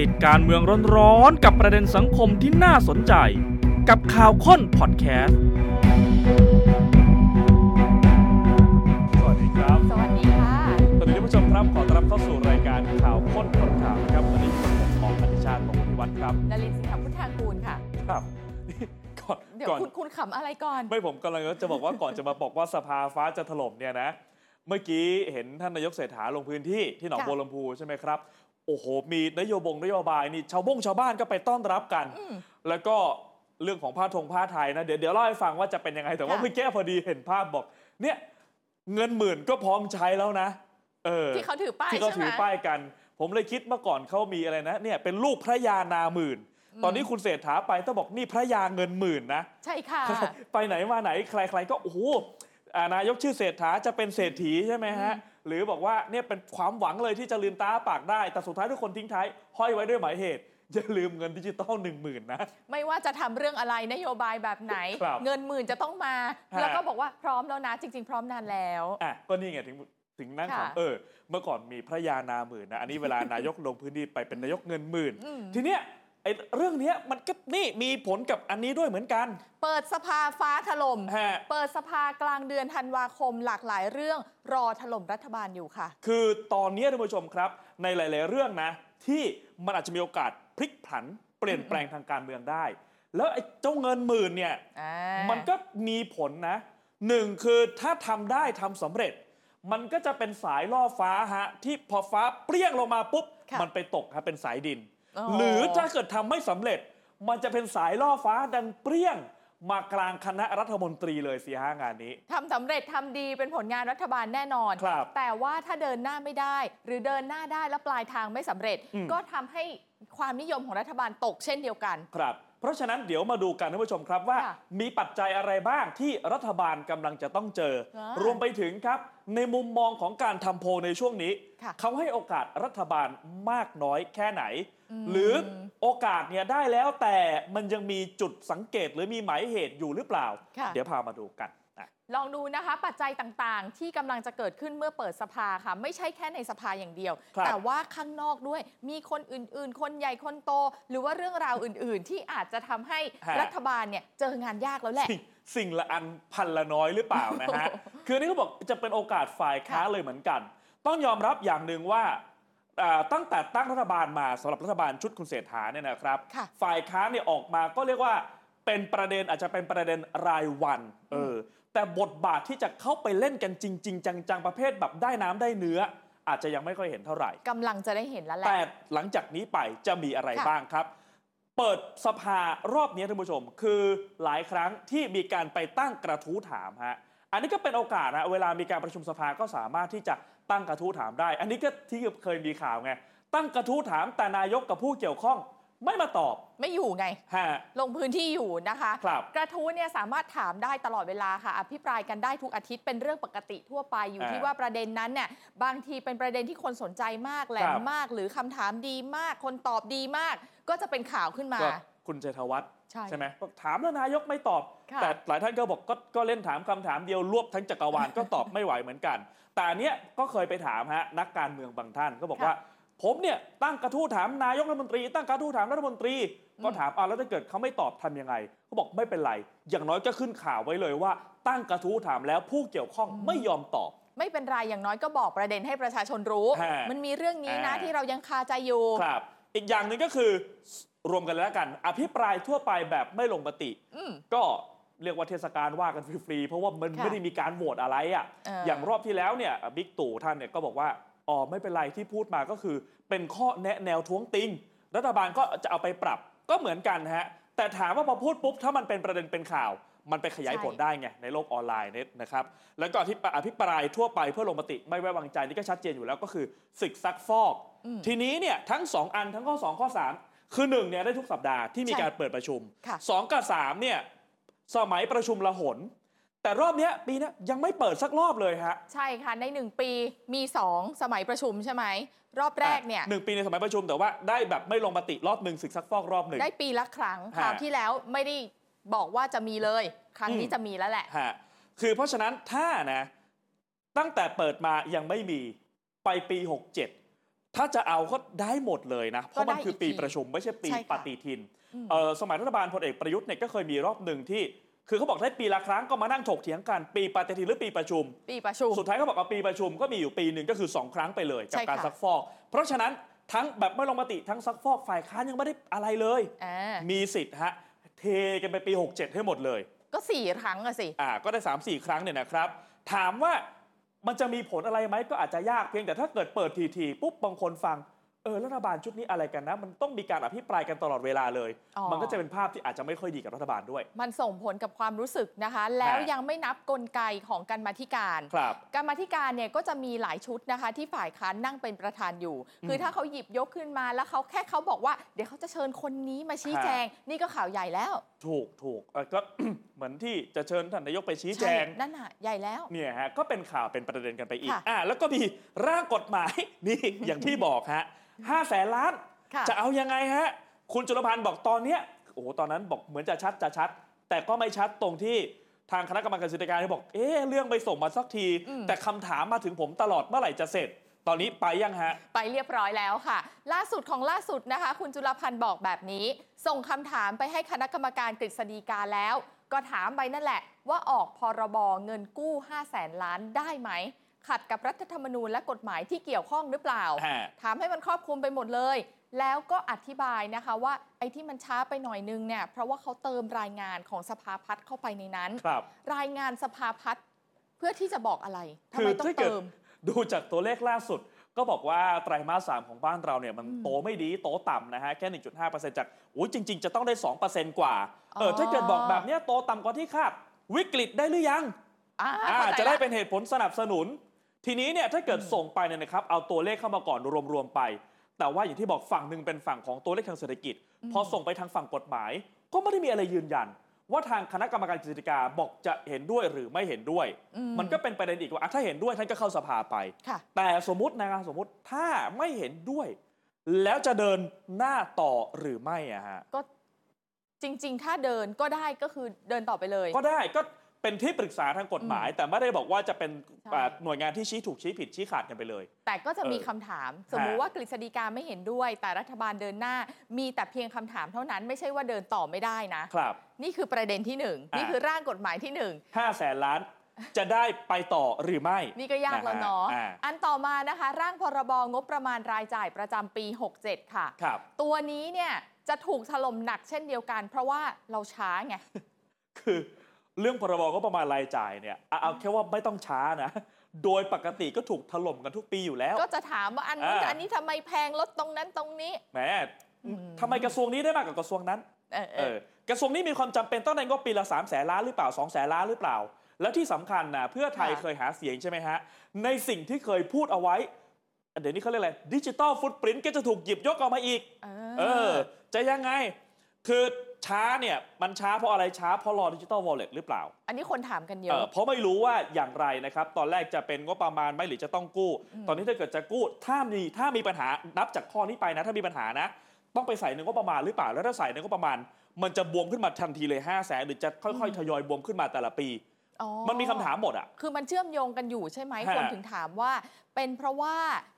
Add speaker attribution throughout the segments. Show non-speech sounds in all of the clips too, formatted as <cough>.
Speaker 1: ติดการเมืองร้อนๆกับประเด็นสังคมที่น่าสนใจ กับข่าวค้นพอดแคสต์สวัสดีครับ
Speaker 2: สวัสดีค่ะ
Speaker 1: สวัสดีท่านผู้ชมครับขอต้อนรับเข้าสู่รายการข่าวค้นคนข่าวนะครับวันนี้ผมของอธิชาติของพิวัตรครับ
Speaker 2: ดารินสิงหพุทธากูลค่ะ
Speaker 1: ครับนี่ก่อน
Speaker 2: เดี๋ยว
Speaker 1: ก่อน
Speaker 2: คุณคุณขำอะไรก่อน
Speaker 1: ไม่ผมกำลังจะบอกว่าก่อนจะมาบอกว่าสภาฟ้าจะถล่มเนี่ยนะ เมื่อกี้เห็นท่านนายกเศรษฐาลงพื้นที่ที่หนอง
Speaker 2: ค่ะ
Speaker 1: บัวลำพูใช่ไหมครับ โอ้โห มีนโยบงนโยบายนี่ชาวบ้งชาวบ้านก็ไปต้อนรับกัน
Speaker 2: อืม
Speaker 1: แล้วก็เรื่องของผ้าทงผ้าไทยนะ เดี๋ยวเดี๋ยวเล่าให้ฟังว่าจะเป็นยังไงแต่ว่า
Speaker 2: ค่ะ
Speaker 1: เมื่อกี้พอดีเห็นภาพบอก เนี่ยเงินหมื่นก็พร้อมใช้แล้วนะ เออ
Speaker 2: ที่เขาถือป้าย
Speaker 1: ที่เขา
Speaker 2: ใช่
Speaker 1: ถื
Speaker 2: ไหม
Speaker 1: อป้ายกัน ผมเลยคิดเมื่อก่อนเขามีอะไรนะเนี่ยเป็นลูกพระยานาหมื่น
Speaker 2: อืม
Speaker 1: ตอนนี้คุณเศรษฐาไปต้องบอกนี่พระยาเงินหมื่นนะ
Speaker 2: ใช่ค่ะ
Speaker 1: <laughs> ไปไหนมาไหนใครๆก็โอ้โหอ่านายกชื่อเศรษฐาจะเป็นเศรษฐีใช่ไหมฮะ หรือบอกว่าเนี่ยเป็นความหวังเลยที่จะลืมตาอ้าปากได้ แต่สุดท้ายทุกคนทิ้งท้ายห้อยไว้ด้วยหมายเหตุอย่าลืมเงินดิจิตอลหนึ่งหมื่นนะ
Speaker 2: ไม่ว่าจะทำเรื่องอะไรนโยบายแบบไหน
Speaker 1: ครับ
Speaker 2: เงินหมื่นจะต้องมา
Speaker 1: ฮะ
Speaker 2: แล้วก็บอกว่าพร้อมแล้วนะ จริง ๆ พร้อมนานแล้ว
Speaker 1: อ่ะก็นี่ไงถึงถึงนั่ง
Speaker 2: ค่ะ
Speaker 1: ถามเออ เมื่อก่อนมีพระยานาหมื่นนะอันนี้เวลานายกลงพื้นที่ไปเป็นนายกเงินหมื่น
Speaker 2: อืม
Speaker 1: ทีเนี้ยไอ้เรื่องเนี้ยมันก็นี่มีผลกับอันนี้ด้วยเหมือนกัน
Speaker 2: เปิดสภาฟ้าถล่ม
Speaker 1: ฮะ
Speaker 2: เปิดสภากลางเดือนธันวาคมหลากหลายเรื่องรอถล่มรัฐบาลอยู่ค่ะ
Speaker 1: คือตอนเนี้ยท่านผู้ชมครับ ในหลาย ๆ เรื่องนะ ที่มันอาจจะมีโอกาสพลิกผันเปลี่ยนแปลงทางการเมืองได้ แล้วไอ้เจ้าเงินหมื่นเนี่ย
Speaker 2: อ่า
Speaker 1: มันก็มีผลนะหนึ่งคือถ้าทำได้ทำสำเร็จ มันก็จะเป็นสายล่อฟ้าฮะ ที่พอฟ้าเปรี้ยงลงมาปุ๊บ
Speaker 2: ค่ะ
Speaker 1: มันไปตกฮะเป็นสายดิน
Speaker 2: โอ้
Speaker 1: หรือถ้าเกิดทำไม่สำเร็จ มันจะเป็นสายล่อฟ้าดังเปรี้ยง มากลางคณะรัฐมนตรีเลยสิฮะงานนี้
Speaker 2: ทำสำเร็จทำดีเป็นผลงานรัฐบาลแน่นอน
Speaker 1: ครับ
Speaker 2: แต่ว่าถ้าเดินหน้าไม่ได้ หรือเดินหน้าได้แล้วปลายทางไม่สำเร็จ
Speaker 1: อืม
Speaker 2: ก็ทำให้ความนิยมของรัฐบาลตกเช่นเดียวกัน
Speaker 1: ครับ เพราะฉะนั้นเดี๋ยวมาดูกันท่านผู้ชมครับว่า
Speaker 2: ค่ะ
Speaker 1: มีปัจจัยอะไรบ้างที่รัฐบาลกำลังจะต้องเจอ
Speaker 2: อ่าร ร
Speaker 1: วมไปถึงครับ ในมุมมองของการทำโพลในช่วงนี้
Speaker 2: ค่ะ
Speaker 1: เขาให้โอกาสรัฐบาลมากน้อยแค่ไหน
Speaker 2: อืม
Speaker 1: หรือโอกาสเนี่ยได้แล้วแต่มันยังมีจุดสังเกตหรือมีหมายเหตุอยู่หรือเปล่า
Speaker 2: ค่ะ
Speaker 1: เดี๋ยวพามาดูกันอ่ะ
Speaker 2: ลองดูนะคะ ปัจจัยต่างๆ ที่กำลังจะเกิดขึ้นเมื่อเปิดสภาค่ะ ไม่ใช่แค่ในสภาอย่างเดียว
Speaker 1: ครับ
Speaker 2: แต่ว่าข้างนอกด้วยมีคนอื่นๆ คนใหญ่คนโต หรือว่าเรื่องราวอื่นๆ ที่อาจจะทำให้
Speaker 1: ฮะ
Speaker 2: รัฐบาลเนี่ยเจองานยากแล้วแหละ
Speaker 1: สิ่งสิ่งละอันพันละน้อยหรือเปล่านะฮะ คืออนนี่เขาบอกจะเป็นโอกาสฝ่ายค้า
Speaker 2: ค่ะ
Speaker 1: เลยเหมือนกัน ต้องยอมรับอย่างหนึ่งว่าอ่าตั้งแต่ตั้งรัฐบาลมาสำหรับรัฐบาลชุดคุณเศรษฐาเนี่ยนะครับ
Speaker 2: ค่ะ
Speaker 1: ฝ่ายค้านเนี่ยออกมาก็เรียกว่าเป็นประเด็นอาจจะเป็นประเด็นรายวันเออแต่บทบาทที่จะเข้าไปเล่นกันจริง ๆ จังๆประเภทแบบได้น้ำได้เนื้อ อาจจะยังไม่ค่อยเห็นเท่าไหร่
Speaker 2: กำลังจะได้เห็นแล้วแหละ
Speaker 1: แต่หลังจากนี้ไปจะมีอะไร
Speaker 2: ค่ะ
Speaker 1: บ้างครับ เปิดสภารอบนี้ท่านผู้ชม คือหลายครั้งที่มีการไปตั้งกระทู้ถามฮะอันนี้ก็เป็นโอกาสนะเวลามีการประชุมสภาก็สามารถที่จะตั้งกระทู้ถามได้ อันนี้ก็ที่เคยมีข่าวไงตั้งกระทู้ถามแต่นายกกับผู้เกี่ยวข้องไม่มาตอบ
Speaker 2: ไม่อยู่ไง
Speaker 1: ฮะ
Speaker 2: ลงพื้นที่อยู่นะคะ
Speaker 1: ครับ
Speaker 2: กระทู้เนี่ยสามารถถามได้ตลอดเวลาค่ะ อภิปรายกันได้ทุกอาทิตย์เป็นเรื่องปกติทั่วไปอยู่
Speaker 1: อ่า
Speaker 2: ที่ว่าประเด็นนั้นเนี่ยบางทีเป็นประเด็นที่คนสนใจมากแหล
Speaker 1: ค
Speaker 2: ม
Speaker 1: รับ
Speaker 2: มาก หรือคำถามดีมาก คนตอบดีมาก ก็จะเป็นข่าวขึ้นมา
Speaker 1: ก็คุณเจธวัฒน์
Speaker 2: ใช่
Speaker 1: ใช่ไหมบอกถามแล้วนายกไม่ตอบ
Speaker 2: ค่ะ
Speaker 1: แต่หลายท่านก็บอกก็ก็เล่นถามคำถามเดียวรวบทั้งจักรวาล <laughs> ก็ตอบไม่ไหวเหมือนกัน แต่อันเนี้ยก็เคยไปถามฮะนักการเมืองบางท่านก็บอก
Speaker 2: ค่ะ
Speaker 1: ว่า ผมเนี่ยตั้งกระทู้ถามนายกรัฐมนตรี ตั้งกระทู้ถามรัฐมนตรี ก็
Speaker 2: อืม
Speaker 1: ถามเอาแล้วถ้าเกิดเขาไม่ตอบทำยังไงเขาบอกไม่เป็นไร อย่างน้อยก็ขึ้นข่าวไว้เลยว่า ตั้งกระทู้ถามแล้วผู้เกี่ยวข้องไม่ยอมตอบ
Speaker 2: ไม่เป็นไรอย่างน้อยก็บอกประเด็นให้ประชาชนรู้
Speaker 1: ฮะ
Speaker 2: มันมีเรื่องนี้นะ
Speaker 1: อ่า
Speaker 2: ที่เรายังคาใจอยู่
Speaker 1: ครับ อีกอย่างหนึ่งก็คือรวมกันแล้วกัน อภิปรายทั่วไปแบบไม่ลงมติ
Speaker 2: อืม
Speaker 1: ก็เรียกว่าเทศกาลว่ากันฟรีๆ เพราะว่ามัน
Speaker 2: ค่ะ
Speaker 1: ไม่ได้มีการโหวตอะไรอะ
Speaker 2: เออ
Speaker 1: อ
Speaker 2: อย่าง
Speaker 1: รอบที่แล้วเนี่ยบิ๊กตู่ท่านเนี่ยก็บอกว่าอ๋อไม่เป็นไรที่พูดมาก็คือ เป็นข้อแนะแนวท้วงติง รัฐบาลก็จะเอาไปปรับก็เหมือนกันฮะ แต่ถามว่าพอพูดปุ๊บ ถ้ามันเป็นประเด็นเป็นข่าว มันไปขยาย
Speaker 2: ใช่
Speaker 1: ผลได้ไง ในโลกออนไลน์เนี่ยนะครับ แล้วก็อภิปรายอภิปรายทั่วไปเพื่อลงมติไม่ไว้วางใจนี่ก็ชัดเจนอยู่แล้วก็คือศึกซักฟอก ทีนี้เนี่ยทั้งสองอันทั้งข้อสองข้อสามคือหนึ่งเนี่ยได้ทุกสัปดาห์ที่มี
Speaker 2: ใช่
Speaker 1: การเปิดประชุม
Speaker 2: ค่ะ
Speaker 1: สองกับสามเนี่ยสมัยประชุมละหน แต่รอบเนี้ยปีเนี้ยยังไม่เปิดสักรอบเลยฮะ
Speaker 2: ใช่ค่ะในหนึ่งปีมีสองสมัยประชุมใช่ไหมรอบแรกเนี่ย
Speaker 1: อ่ะหนึ่งปีในสมัยประชุมแต่ว่าได้แบบไม่ลงมติรอบหนึ่งศึกซักฟอกรอบหนึ่ง
Speaker 2: ได้ปีละครั้ง
Speaker 1: ฮะ
Speaker 2: คราวที่แล้วไม่ได้บอกว่าจะมีเลย ครั้ง
Speaker 1: อืม
Speaker 2: นี้จะมีแล้วแหละ
Speaker 1: ฮะคือเพราะฉะนั้นถ้านะ ตั้งแต่เปิดมายังไม่มีไปปี 67 ถ้าจะเอาก็ได้หมดเลยนะ เพราะมัน
Speaker 2: ก็ได้
Speaker 1: คือปีประชุมไม่ใช่ปี
Speaker 2: ใช่ค่ะ
Speaker 1: ปฏิทิน
Speaker 2: อืม
Speaker 1: เอ่อสมัยรัฐบาลพลเอกประยุทธ์เนี่ยก็เคยมีรอบหนึ่งที่ คือเขาบอกได้ปีละครั้งก็มานั่งถกเถียงกันปีปฏิทินหรือปีประชุม
Speaker 2: ปีประชุม
Speaker 1: สุดท้ายก็บอกว่าปีประชุมก็มีอยู่ปีหนึ่งก็คือ 2 ครั้งไปเลยกับ
Speaker 2: ใช่
Speaker 1: การ
Speaker 2: ค่ะ
Speaker 1: ซักฟอก เพราะฉะนั้นทั้งแบบไม่ลงมติทั้งซักฟอกฝ่ายค้านยังไม่ได้อะไรเลย
Speaker 2: อ่า
Speaker 1: มีสิทธิ์ฮะเทกันไปปี 67 ให้หมดเลย
Speaker 2: ก็สี่ครั้งอะสิ
Speaker 1: อ่าก็ได้ 3 4 ครั้งเนี่ยนะครับ ถามว่ามันจะมีผลอะไรไหมก็อาจจะยากเพียงแต่ถ้าเกิดเปิดทีๆปุ๊บบางคนฟังเออรัฐบาลชุดนี้อะไรกันนะ มันต้องมีการอภิปรายกันตลอดเวลาเลย
Speaker 2: อ๋อ
Speaker 1: มันก็จะเป็นภาพที่อาจจะไม่ค่อยดีกับรัฐบาลด้วย
Speaker 2: มันส่งผลกับความรู้สึกนะคะ แล้ว
Speaker 1: ฮะ
Speaker 2: ยังไม่นับกลไกของการมาธิการ
Speaker 1: ครับ
Speaker 2: กรรมาธิการเนี่ยก็จะมีหลายชุดนะคะ ที่ฝ่ายค้านนั่งเป็นประธานอยู่ คือถ้าเขาหยิบยกขึ้นมาแล้วเขาแค่เขาบอกว่า เดี๋ยวเขาจะเชิญคนนี้มาชี้
Speaker 1: ฮะ
Speaker 2: แจง นี่ก็ข่าวใหญ่แล้ว
Speaker 1: ถูกถูกเอ่อก็ <coughs> เหมือนที่จะเชิญท่านนายกไปชี้แจ
Speaker 2: ใช่
Speaker 1: ง
Speaker 2: นั่นน่ะใหญ่แล้ว
Speaker 1: เนี่ยฮะก็เป็นข่าวเป็นประเด็นกันไปอีก
Speaker 2: ค่ะ
Speaker 1: อ่าแล้วก็มีร่างกฎหมาย <laughs> นี่ อย่างที่บอกฮะห้าแสนล้าน
Speaker 2: ค่ะ
Speaker 1: จะเอายังไงฮะ คุณจุลพันธ์บอกตอนเนี้ยโอ้โหตอนนั้นบอกเหมือนจะชัดจะชัด แต่ก็ไม่ชัดตรงที่ทางคณะกรรมการกิจการเนี่ยบอก เอ๊ะเรื่องไปส่งมาสักที
Speaker 2: อืม
Speaker 1: แต่คำถามมาถึงผมตลอดเมื่อไหร่จะเสร็จ ตอนนี้ไปยังฮะ
Speaker 2: ไปเรียบร้อยแล้วค่ะ ล่าสุดของล่าสุดนะคะ คุณจุลพันธ์บอกแบบนี้ ส่งคำถามไปให้คณะกรรมการกฤษฎีกาแล้ว ก็ถามไปนั่นแหละ ว่าออกพรบเงินกู้ 5 0 0แสนล้านได้ไหม ขัดกับรัฐธรรมนูญและกฎหมายที่เกี่ยวข้องหรือเปล่า
Speaker 1: ฮะ
Speaker 2: ถามให้มันครอบคลุมไปหมดเลย แล้วก็อธิบายนะคะว่าไอ้ที่มันช้าไปหน่อยนึงเนี่ยเพราะว่าเขาเติมรายงานของสภาพัฒน์เข้าไปในนั้น
Speaker 1: ครับ
Speaker 2: รายงานสภาพัฒน์เพื่อที่จะบอกอะไรทำ
Speaker 1: คือ
Speaker 2: ไมต้อ
Speaker 1: ถ้าง เกิด
Speaker 2: เติม
Speaker 1: ดูจากตัวเลขล่าสุด ก็บอกว่าไตรมาสสามของบ้านเราเนี่ยมัน
Speaker 2: อืม
Speaker 1: โตไม่ดีโตต่ำนะฮะ แค่ 1.5%จากโอ้ยจริง ๆ จะต้องได้ 2%กว่าเออ
Speaker 2: อ
Speaker 1: ถ้าเกิดบอกแบบเนี้ยโตต่ำกว่าที่คาดวิกฤตได้หรือยัง
Speaker 2: อ่า
Speaker 1: อ่า
Speaker 2: เข้าใจ
Speaker 1: จะได้
Speaker 2: ละ
Speaker 1: เป็นเหตุผลสนับสนุน ทีนี้เนี่ยถ้าเกิด
Speaker 2: อืม
Speaker 1: ส่งไปเนี่ยนะครับ เอาตัวเลขเข้ามาก่อนรวมๆไป แต่ว่าอย่างที่บอกฝั่งหนึ่งเป็นฝั่งของตัวเลขทางเศรษฐกิจ พอส่งไปทางฝั่งกฎหมาย ก็ไม่ได้มีอะไรยืนยัน ว่าทางคณะกรรมการกิจการบอกจะเห็นด้วยหรือไม่เห็นด้วย
Speaker 2: อื
Speaker 1: มันก็เป็นประเด็นอีกว่าอ่ะถ้าเห็นด้วยท่านก็เข้าสภาไป
Speaker 2: ค่ะ
Speaker 1: แต่สมมตินะครับสมมติถ้าไม่เห็นด้วย แล้วจะเดินหน้าต่อหรือไม่อะฮะ
Speaker 2: จริง ๆ ถ้าเดินก็ได้ก็คือเดินต่อไปเลย
Speaker 1: ก็ได้ก็เป็นที่ปรึกษาทางกฎหมาย แต่ไม่ได้บอกว่าจะเป็น
Speaker 2: ใช่
Speaker 1: อ่าหน่วยงานที่ชี้ถูกชี้ผิดชี้ขาดกันไปเลย
Speaker 2: แต่ก็จะมี
Speaker 1: เออ
Speaker 2: คำถาม สมมุติว่ากฤษฎีกาไม่เห็นด้วย แต่รัฐบาลเดินหน้า มีแต่เพียงคำถามเท่านั้นไม่ใช่ว่าเดินต่อไม่ได้นะ
Speaker 1: ครับ
Speaker 2: นี่คือประเด็นที่หนึ่ง
Speaker 1: อ่านี่
Speaker 2: นี่คือร่างกฎหมายที่หนึ่ง
Speaker 1: 5้าแสน
Speaker 2: <laughs>
Speaker 1: ล้านจะได้ไปต่อหรือไม่
Speaker 2: นี่ก็ยากแล้วเนาะ
Speaker 1: อ่า
Speaker 2: อันต่อมานะคะ ร่างพรบงบประมาณรายจ่ายประจำปี 67 ค่ะ
Speaker 1: ครับ
Speaker 2: ตัวนี้เนี่ยจะถูกถล่มหนักเช่นเดียวกัน เพราะว่าเราช้าไง
Speaker 1: คือเรื่องพรบก็ประมาณรายจ่ายเนี่ยเอาเอาแค่ว่าไม่ต้องช้านะ โดยปกติก็ถูกถล่มกันทุกปีอยู่แล้ว
Speaker 2: ก็จะถามว่าอันนู้น
Speaker 1: อ่า
Speaker 2: อันนี้ทำไมแพงลดตรงนั้นตรงนี้
Speaker 1: แหม
Speaker 2: อืม
Speaker 1: ทำไมกระทรวงนี้ได้มากกว่ากระทรวงนั้น
Speaker 2: เออเอ
Speaker 1: เอ
Speaker 2: อ
Speaker 1: อกระทรวงนี้มีความจำเป็นต้องได้งบปีละ3ามแสนล้านหรือเปล่า2องแสนล้านหรือเปล่า แล้วที่สำคัญนะเพื่อไทยเคยหาเสียงใช่ไหมฮะ ในสิ่งที่เคยพูดเอาไว้ เดี๋ยวนี้เขาเรียกอะไรดิจิตอลฟุตปรินต์ก็จะถูกหยิบยกออกมาอีก
Speaker 2: เอ
Speaker 1: เออ
Speaker 2: อ
Speaker 1: จะยังไง คือช้าเนี่ย มันช้าเพราะอะไรช้าเพราะรอดิจิตอลวอลเล็ตหรือเปล่า
Speaker 2: อันนี้คนถามกันเย
Speaker 1: เออ
Speaker 2: อะ
Speaker 1: เพราะไม่รู้ว่าอย่างไรนะครับ ตอนแรกจะเป็นงบประมาณไหมหรือจะต้องกู้
Speaker 2: อืม
Speaker 1: ตอนนี้ถ้าเกิดจะกู้ ถ้ามีถ้ามีปัญหานับจากข้อนี้ไปนะ ถ้ามีปัญหานะ ต้องไปใส่ในงบประมาณหรือเปล่า แล้วถ้าใส่ในงบประมาณ มันจะบวมขึ้นมาทันทีเลย5้าแสนหรือจะค่อยๆ ทยอยบวมขึ้นมาแต่ละปี
Speaker 2: อ๋อ
Speaker 1: มันมีคำถามหมดอ่ะ
Speaker 2: คือมันเชื่อมโยงกันอยู่ใช่ไหม
Speaker 1: ฮะ
Speaker 2: คนถึงถามว่า เป็นเพราะว่า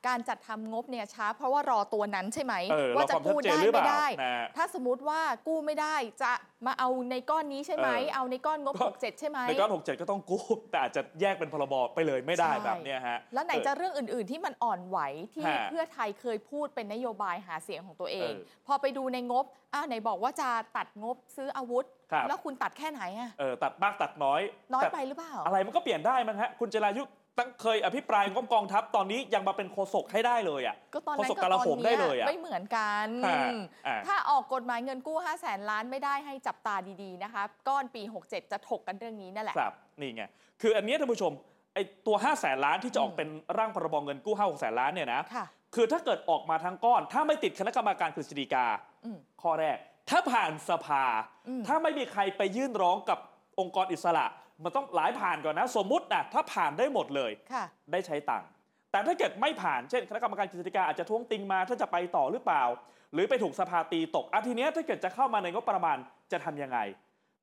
Speaker 2: การจัดทำงบเนี่ยช้า เพราะว่ารอตัวนั้นใช่ไหม
Speaker 1: เออ
Speaker 2: ว่า
Speaker 1: เรา
Speaker 2: จะ
Speaker 1: ความชัด
Speaker 2: กู้
Speaker 1: เจน
Speaker 2: ได้
Speaker 1: หรือเป
Speaker 2: ไม่
Speaker 1: ล่า
Speaker 2: ได้
Speaker 1: นะ
Speaker 2: ถ้าสมมติว่ากู้ไม่ได้จะมาเอาในก้อนนี้ใช่ไหม
Speaker 1: เออ
Speaker 2: เอาในก้อนงบ
Speaker 1: ก็
Speaker 2: 67 ใช่ไหม
Speaker 1: ในก้อน67 ก็ต้องกู้ <laughs> แต่อาจจะแยกเป็นพรบไปเลยไม่ได้
Speaker 2: ใช่
Speaker 1: แบบเนี้ยฮะ
Speaker 2: แล้วไหนจะเรื่องอื่น ๆ ที่มันอ่อนไหวที่
Speaker 1: ฮะ
Speaker 2: เพื่อไทยเคยพูดเป็นนโยบายหาเสียงของตัวเอง
Speaker 1: เออ
Speaker 2: พอไปดูในงบอ้าวไหนบอกว่าจะตัดงบซื้ออาวุธ
Speaker 1: ครับ
Speaker 2: แล้วคุณตัดแค่ไหนอะ
Speaker 1: เออตัดมากตัดน้อย
Speaker 2: น้อย
Speaker 1: แต่
Speaker 2: ไปหรือเปล่า
Speaker 1: อะไรมันก็เปลี่ยนได้มั้งฮะคุณเจรายุตั้งเคยอภิปรายงบกองทัพตอนนี้ยังมาเป็นโฆษกให้ได้เลยอ่ะ
Speaker 2: ก็ตอนนั้น
Speaker 1: โฆษก
Speaker 2: ก็
Speaker 1: กลาโหม
Speaker 2: ตอน
Speaker 1: ได้
Speaker 2: เนี้ย
Speaker 1: เลยอะ
Speaker 2: ไม่เหมือนกัน
Speaker 1: อ่าอ่า
Speaker 2: ถ้าออกกฎหมายเงินกู้ 5 0 0แสนล้านไม่ได้ให้จับตาดีๆ นะคะ ก้อนปี 67 จะถกกันเรื่องนี้นั่นแหละ
Speaker 1: ครับ นี่ไง คืออันเนี้ยท่านผู้ชมไอ้ตัว 5 0 0แสนล้านที่จะออก
Speaker 2: อืม
Speaker 1: เป็นร่างพรบเงินกู้5 6แสนล้านเนี่ยนะ
Speaker 2: ค่ะ
Speaker 1: คือถ้าเกิดออกมาทั้งก้อน ถ้าไม่ติดคณะกรรมการกฤษฎีกา
Speaker 2: อืม
Speaker 1: ข้อแรก ถ้าผ่านสภา
Speaker 2: อืม
Speaker 1: ถ้าไม่มีใครไปยื่นร้องกับองค์กรอิสระ มันต้องหลายผ่านก่อนนะ สมมตินะถ้าผ่านได้หมดเลย
Speaker 2: ค่ะ
Speaker 1: ได้ใช้ตังค์ แต่ถ้าเกิดไม่ผ่าน เช่น คณะกรรมการกิจการอาจจะท้วงติงมาถ้าจะไปต่อหรือเปล่า หรือไปถูกสภาตีตกอะทีเนี้ยถ้าเกิดจะเข้ามาในงบประมาณจะทำยังไง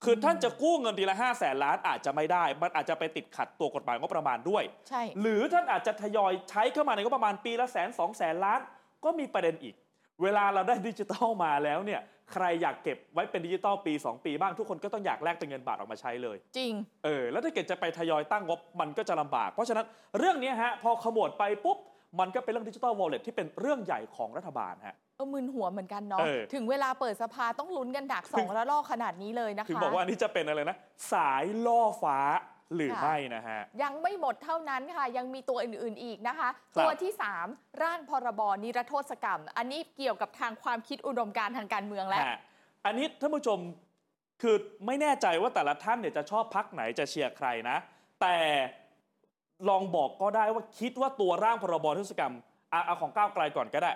Speaker 1: คือท่านจะกู้เงินทีละ5้าแสนล้านอาจจะไม่ได้ มันอาจจะไปติดขัดตัวกฎหมายงบประมาณด้วย
Speaker 2: ใช่
Speaker 1: หรือท่านอาจจะทยอยใช้เข้ามาในงบประมาณปีละแสนสองแสนล้าน ก็มีประเด็นอีก เวลาเราได้ดิจิตอลมาแล้วเนี่ยใครอยากเก็บไว้เป็นดิจิตอลปี 2 ปีบ้างทุกคนก็ต้องอยากแลกเป็นเงินบาทออกมาใช้เลย
Speaker 2: จริง
Speaker 1: เออแล้วถ้าเกิดจะไปทยอยตั้งงบมันก็จะลำบาก เพราะฉะนั้นเรื่องเนี้ยฮะพอขมวดไปปุ๊บ มันก็เป็นเรื่องดิจิ t a ลวอลเล็ตที่เป็นเรื่องใหญ่ของรัฐบาลฮะ
Speaker 2: เออมึนหัวเหมือนกันเนาะ
Speaker 1: เออ
Speaker 2: ถึงเวลาเปิดสภาต้องลุ้นกันดักสองระลอกขนาดนี้เลยนะคะ
Speaker 1: ถึงบอกว่าอันนี่จะเป็นอะไรนะ สายล่อฟ้าหรือ
Speaker 2: ค่ะ
Speaker 1: ไม่นะฮะ
Speaker 2: ยังไม่หมดเท่านั้นค่ะ ยังมีตัวอื่นๆอีกนะคะ
Speaker 1: ครับ
Speaker 2: ตัวที่ 3 ร่างพรบนิรโทษกรรม อันนี้เกี่ยวกับทางความคิดอุดมการณ์ทางการเมืองแล้ว
Speaker 1: ฮะอันนี้ท่านผู้ชมคือไม่แน่ใจว่าแต่ละท่านเนี่ยจะชอบพักไหนจะเชียร์ใครนะ แต่ลองบอกก็ได้ว่าคิดว่าตัวร่างพรบนิรโทุศกรรมเอาเอาของก้าวไกลก่อนก็ได้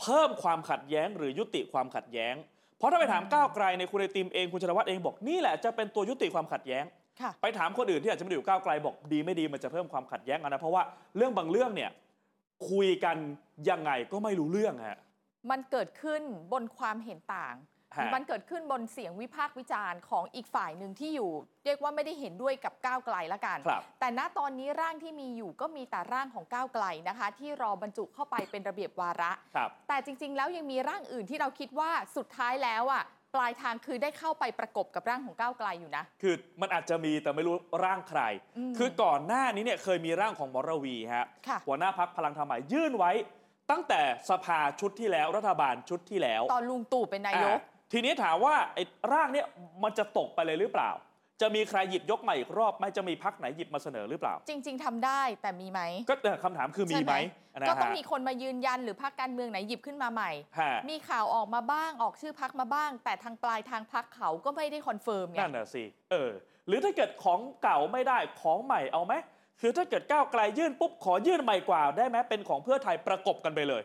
Speaker 1: เพิ่มความขัดแย้งหรือยุติความขัดแย้ง เพราะถ้าไปถามก้าวไกลในยคุณไอติมเองคุณชนวัฒน์เองบอกนี่แหละจะเป็นตัวยุติความขัดแย้ง
Speaker 2: ค่ะ
Speaker 1: ไปถามคนอื่นที่อาจจะไม่ได้อยู่ก้าวไกลบอกดีไม่ดีมันจะเพิ่มความขัดแย้งเอานะเพราะว่าเรื่องบางเรื่องเนี่ยคุยกันยังไงก็ไม่รู้เรื่องฮะ
Speaker 2: มันเกิดขึ้นบนความเห็นต่าง
Speaker 1: ฮะ
Speaker 2: มันเกิดขึ้นบนเสียงวิพากษ์วิจารณ์ของอีกฝ่ายหนึ่งที่อยู่ เรียกว่าไม่ได้เห็นด้วยกับก้าวไกลละกัน
Speaker 1: ครับ
Speaker 2: แต่ณตอนนี้ร่างที่มีอยู่ก็มีแต่ร่างของก้าวไกลนะคะ ที่รอบรรจุเข้าไปเป็นระเบียบวาระ
Speaker 1: ครับ
Speaker 2: แต่จริง ๆ แล้วยังมีร่างอื่นที่เราคิดว่าสุดท้ายแล้วอ่ะปลายทางคือได้เข้าไปประกบกับร่างของก้าวไกลอยู่นะ
Speaker 1: คือมันอาจจะมีแต่ไม่รู้ร่างใคร
Speaker 2: ม
Speaker 1: คือก่อนหน้านี้เนี่ยเคยมีร่างของหมอระวีฮะ
Speaker 2: ค่ะ
Speaker 1: หัวหน้าพักพลังธรรมใหม่ยื่นไว้ ตั้งแต่สภาชุดที่แล้วรัฐบาลชุดที่แล้ว
Speaker 2: ตอนลุงตู่เป็นนายก
Speaker 1: อ่าทีนี้ถามว่าไอ้ร่างเนี่ยมันจะตกไปเลยหรือเปล่า จะมีใครหยิบยกมาอีกรอบไหมจะมีพักไหนหยิบมาเสนอหรือเปล่า
Speaker 2: จริง ๆทำได้แต่มีไหม
Speaker 1: ก็เอ่อคำถามคือมีไหม
Speaker 2: ใช่ไห
Speaker 1: นะฮะ
Speaker 2: ก็ต้องมีคนมายืนยันหรือพรรคการเมืองไหนหยิบขึ้นมาใหม่
Speaker 1: ฮะ
Speaker 2: <laughs> มีข่าวออกมาบ้างออกชื่อพักมาบ้าง แต่ทางปลายทางพักเขาก็ไม่ได้คอนเฟิร์มไง
Speaker 1: นั่นน่ะสิเออ หรือถ้าเกิดของเก่าไม่ได้ของใหม่เอาไหมคือถ้าเกิดก้าวไกลยื่นปุ๊บขอยื่นใหม่กว่าได้ไหมเป็นของเพื่อไทยประกบกันไปเลย